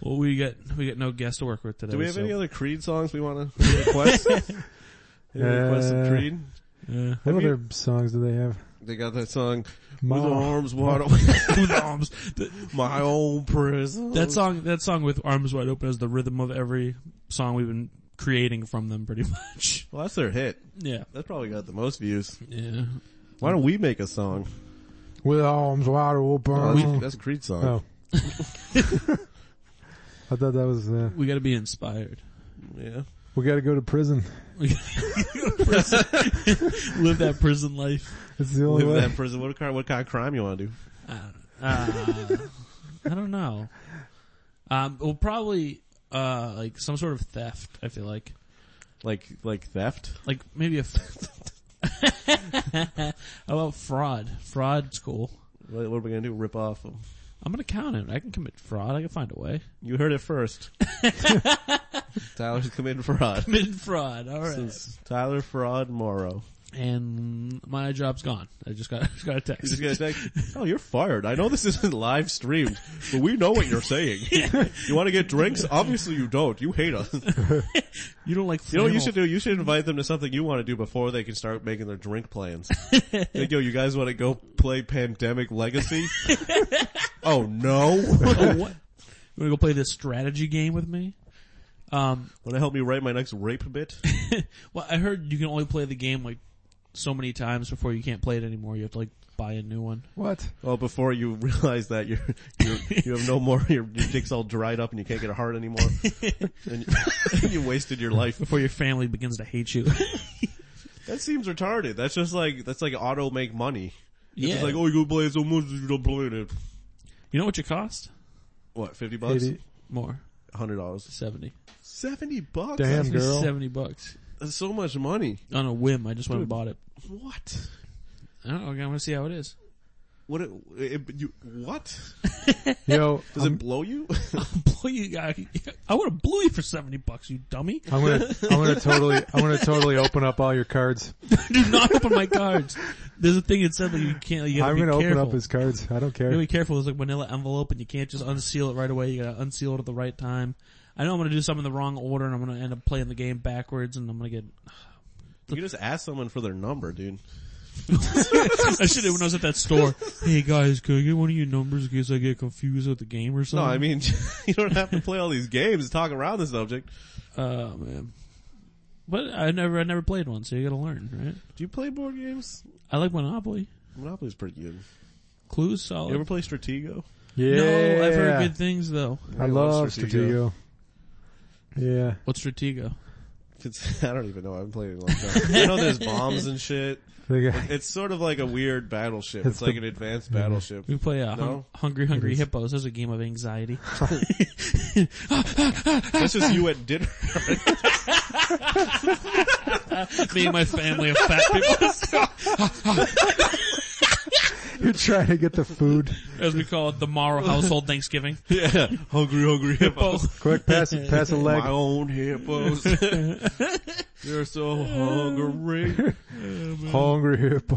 Well, we got we got no guest to work with today. Do we have so- any other Creed songs we want to request? Any requests of Uh, Creed? Yeah. [LAUGHS] What Have you- other songs do they have? They got that song, With Ma. Arms Wide with arms. Th- [LAUGHS] My Own Prison. That song, that song with arms wide open is the rhythm of every song we've been creating from them, pretty [LAUGHS] much. Well, that's their hit. Yeah. That's probably got the most views. Yeah. Why don't we make a song? With arms wide open. Oh, that's, that's a Creed song. Uh, Oh. [LAUGHS] I thought that was, uh, We gotta be inspired. Yeah. we gotta go to prison. We gotta [LAUGHS] prison- live that prison life. It's the only Live in way. that prison. What kind, what kind of crime you want to do? I don't know. Uh, I don't know. Um, well, probably, uh, like some sort of theft, I feel like. Like, like theft? like maybe a [LAUGHS] how about fraud? Fraud's cool. What, what are we going to do? Rip off them? I'm gonna count it. I can commit fraud. I can find a way. You heard it first. Tyler's committing fraud. [LAUGHS] Commit fraud. All right. Since Tyler Fraud Morrow. and my job's gone. I just got [LAUGHS] just got a You text. just get a text. [LAUGHS] Oh, you're fired. I know this isn't live streamed, but we know what you're saying. You want to get drinks? Obviously you don't. You hate us. You You don't like. know Flannel. what you should do? You should invite them to something you want to do before they can start making their drink plans. Like, yo, you guys want to go play Pandemic Legacy? oh no. [LAUGHS] Oh, what? You wanna go play this strategy game with me? Um. Want to help me write my next rape bit? Well, I heard you can only play the game like so many times before you can't play it anymore. You have to like buy a new one. [LAUGHS] What? Well, before you realize that you're, you're you have no more, your, your dick's all dried up and you can't get a heart anymore. and you, [LAUGHS] you wasted your life. Before your family begins to hate you. [LAUGHS] That seems retarded. That's just like, that's like auto make money. yeah. It's like, oh, you go play it so much, you don't play it. you know what you cost? What, 50 bucks? Eighty. More. $100. Seventy. 70 bucks? That's, Damn, girl. Seventy bucks. that's so much money. on a whim. I just went and bought it. What? I don't know. I'm gonna see how it is. What? It, it, you, what? You know, Does I'm- it blow you? [LAUGHS] [LAUGHS] Blow you, I, I would have blew you for 70 bucks, you dummy. [LAUGHS] I'm gonna, I'm gonna totally, I'm gonna totally open up all your cards. Do not open my cards. There's a thing that said that you can't, you gotta I'm be gonna careful. open up his cards. I don't care. really careful. It's like vanilla envelope, and you can't just unseal it right away. You gotta unseal it at the right time. I know I'm gonna do something in the wrong order, and I'm gonna end up playing the game backwards, and I'm gonna get. [LAUGHS] You can just ask someone for their number, dude. I should have when I was at [LAUGHS] that store. Hey guys, can I get one of your numbers in case I get confused with the game or No, something? I Mm. mean, [LAUGHS] you don't have to play all these games to talk around the subject. oh man. But I never, I never played one, so you gotta learn, right? Do you play board games? I like Monopoly. Monopoly's pretty good. Clues You ever solid. play Stratego? yeah, No, I've heard good things though. I love Stratego. Yeah, What's Stratego? It's- [LAUGHS] I don't even know. I haven't played it in a long time. I know there's bombs and shit. They [LAUGHS] got- It's sort of like a weird battleship. It's It's, like the- an advanced battleship. We play uh, hung- No. Hungry Hungry Hippos. That's a game [LAUGHS] of anxiety. That's just you at dinner. Me and my family of fat people, you're trying to get the food. as we call it, the Morrow household Thanksgiving. yeah, hungry, hungry hippos. Quick, pass, it- pass a leg. My own hippos. They're so hungry. Hungry hippo.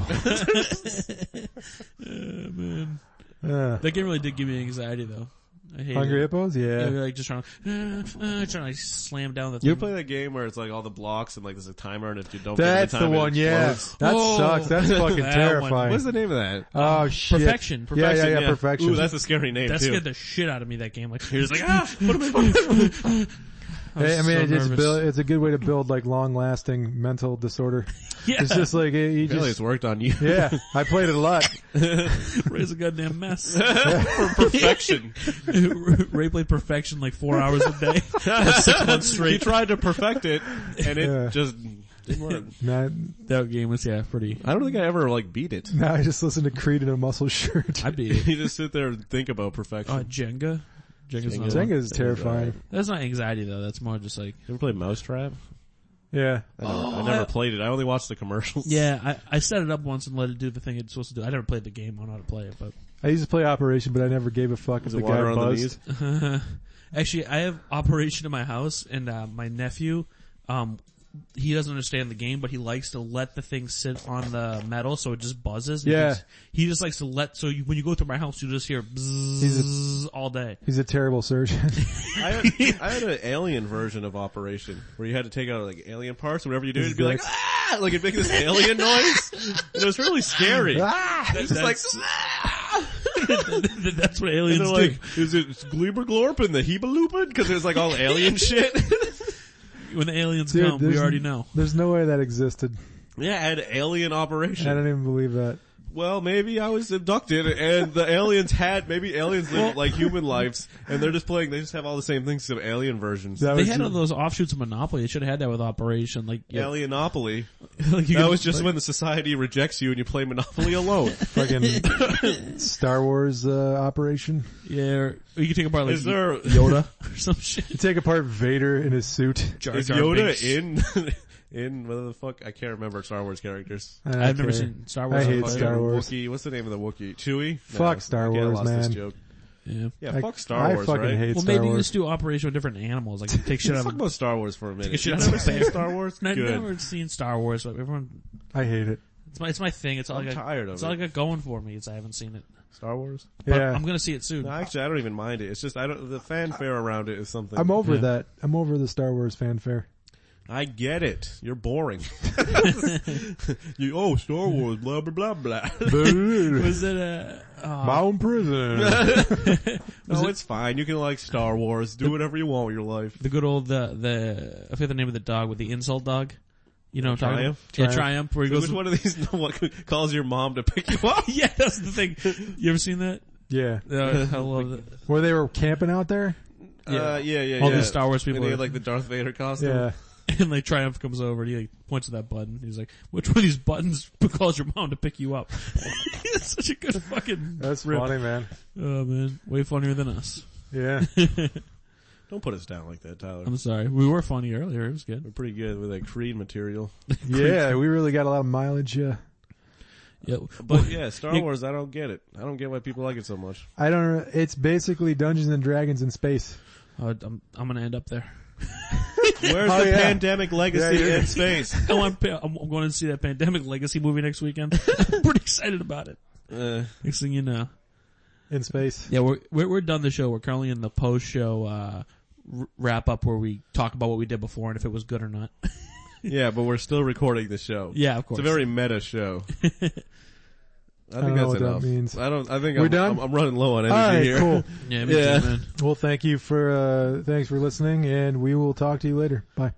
Uh, That game really did give me anxiety though. I hate hungry it. hippos? Yeah, Yeah. you're like just trying, to, uh, uh, trying to like slam down the. You thing. ever play that game where it's like all the blocks and like there's a timer and if you don't That's get the in the time, it one, yeah. explodes? That Whoa. sucks. That's fucking That one. terrifying. What's the name of that? Oh shit. Perfection. Yeah, yeah, Perfection, yeah, perfection. Ooh, that's a scary name that too. scared the shit out of me. That game, like You're [LAUGHS] here's just like, like, ah, ah, what am I doing? Hey, I mean, so it's, nervous. build, it's a good way to build like long-lasting mental disorder. yeah, It's just like it, Really, you just, it's worked on you. yeah. I played it a lot. raise a goddamn mess. [LAUGHS] Perfection. Ray played perfection like four hours a day, [LAUGHS] six months he straight. tried to perfect it and it Yeah. just didn't work. Now, That game was yeah pretty. I don't think I ever like beat it. now I just listen to Creed in a muscle [LAUGHS] shirt. I beat it. [LAUGHS] You just sit there and think about perfection. Uh, Jenga. Jenga's not. Jenga is terrifying. That's not anxiety though. That's more just like. You ever played Mousetrap? Yeah. I never, I Oh, never I- played it. I only watched the commercials. Yeah, I, I set it up once and let it do the thing it's supposed to do. I never played the game. I don't know how to play it, but I used to play Operation, but I never gave a fuck if Is the it guy water on the buzzed. knees? Actually, I have Operation in my house, and uh, my nephew, um, he doesn't understand the game, but he likes to let the thing sit on the metal so it just buzzes. and Yeah. He just, he just likes to let. So you, when you go through my house, you just hear bzzz all [LAUGHS] day. [LAUGHS] He's a terrible surgeon. [LAUGHS] I had, I had an alien version of Operation where you had to take out like alien parts. and Whatever you do, it'd be like ah, like it'd make this alien noise. And it was really scary. [LAUGHS] ah! It's just like That's what and aliens they're do. like, is it Gleber Glorp and the Hebalupin? Because there's like all alien shit. [LAUGHS] when the aliens Dude, come, we there's- already know. There's no way that existed. yeah, I had alien I Operation. don't even believe that. well, maybe I was abducted and the aliens had maybe aliens live like human lives, and they're just playing. They just have all the same things, some alien versions. That They was had all those offshoots of Monopoly. They should have had that with Operation. Like, yeah, Alienopoly. [LAUGHS] like you That could- was just when the society rejects you and you play Monopoly alone. [LAUGHS] fucking Star Wars uh, Operation. yeah. Or you could take apart like Is there Yoda [LAUGHS] or some shit. You take apart Vader in his suit. Jar is Jar Yoda Binks. in [LAUGHS] in what the fuck? I can't remember Star Wars characters. I don't I've never care. seen Star Wars. I hate Fuck. Star Wars. Wookiee. What's the name of the Wookiee? Chewie. Fuck Star okay, I Wars, lost this man. joke. Yeah. Yeah, I- fuck Star I Wars. fucking right? hate Well, Star maybe you Wars. just do operation with different animals. Like you [LAUGHS] take shit Let's out talk of. about Star Wars for a minute. shit You've out of never a seen bear. Star Wars? I've Good. never seen Star Wars, but everyone, I hate it. it's my, it's my thing. It's all I'm I got, tired of It's all I it. got going for me. It's I haven't seen it. Star Wars? But Yeah, I'm I'm, gonna see it soon. No, actually, I don't even mind it. It's just I don't. The fanfare around it is something. over Yeah. that. I'm over the Star Wars [LAUGHS] fanfare. I get it. You're [LAUGHS] boring. [LAUGHS] you oh Star Wars blah blah blah blah. My Was it a? Uh, own prison. no, it's fine. You can like Star Wars. Do whatever you want with your life. the good old the the I forget the name of the dog with the insult dog. You know, what I'm talking about? Triumph? Yeah, triumph. Where he So goes. which one of these [LAUGHS] what calls your mom to [LAUGHS] pick you up? yeah, that's the thing. You ever seen that? [LAUGHS] yeah, Uh, [LAUGHS] I love that. where they were camping out there. Yeah, uh, yeah, yeah. All yeah. these Star Wars And people they are- had like the Darth Vader costume. Yeah, And like Triumph comes over and he like points at that button. He's like, which one of these buttons [LAUGHS] calls your mom to pick you up? [LAUGHS] That's such a good fucking that's rip. funny, man. Oh man, way funnier than us. [LAUGHS] Yeah, Don't put us down like that, Tyler. I'm sorry. We were funny earlier. It was [LAUGHS] good. We're pretty good with that Creed material. yeah. We really got a lot of mileage. Uh, Yep. But yeah, Star You- Wars, I don't get it. I don't get why people like it so much. I don't. It's basically Dungeons and Dragons in space. Uh, I'm, I'm gonna end up [LAUGHS] there. Where's [LAUGHS] Oh, the yeah. pandemic legacy Yeah, you're- in [LAUGHS] space? I want, pa- I'm I'm going to see that Pandemic Legacy movie next [LAUGHS] weekend. I'm pretty excited about it. Uh, Next thing you know. In space. Yeah, we're, we're, we're done the show. We're currently in the post show, uh, r- wrap up where we talk about what we did before and if it was good or not. yeah, but we're still recording the show. yeah, of It's course. a very meta show. [LAUGHS] I think don't know that's what that enough. means. I don't. I think We're I'm, done? I'm, I'm running low on energy All right. here. [LAUGHS] Cool. yeah, me Yeah. too, man. Well, thank you for uh, thanks for listening, and we will talk to you later. Bye.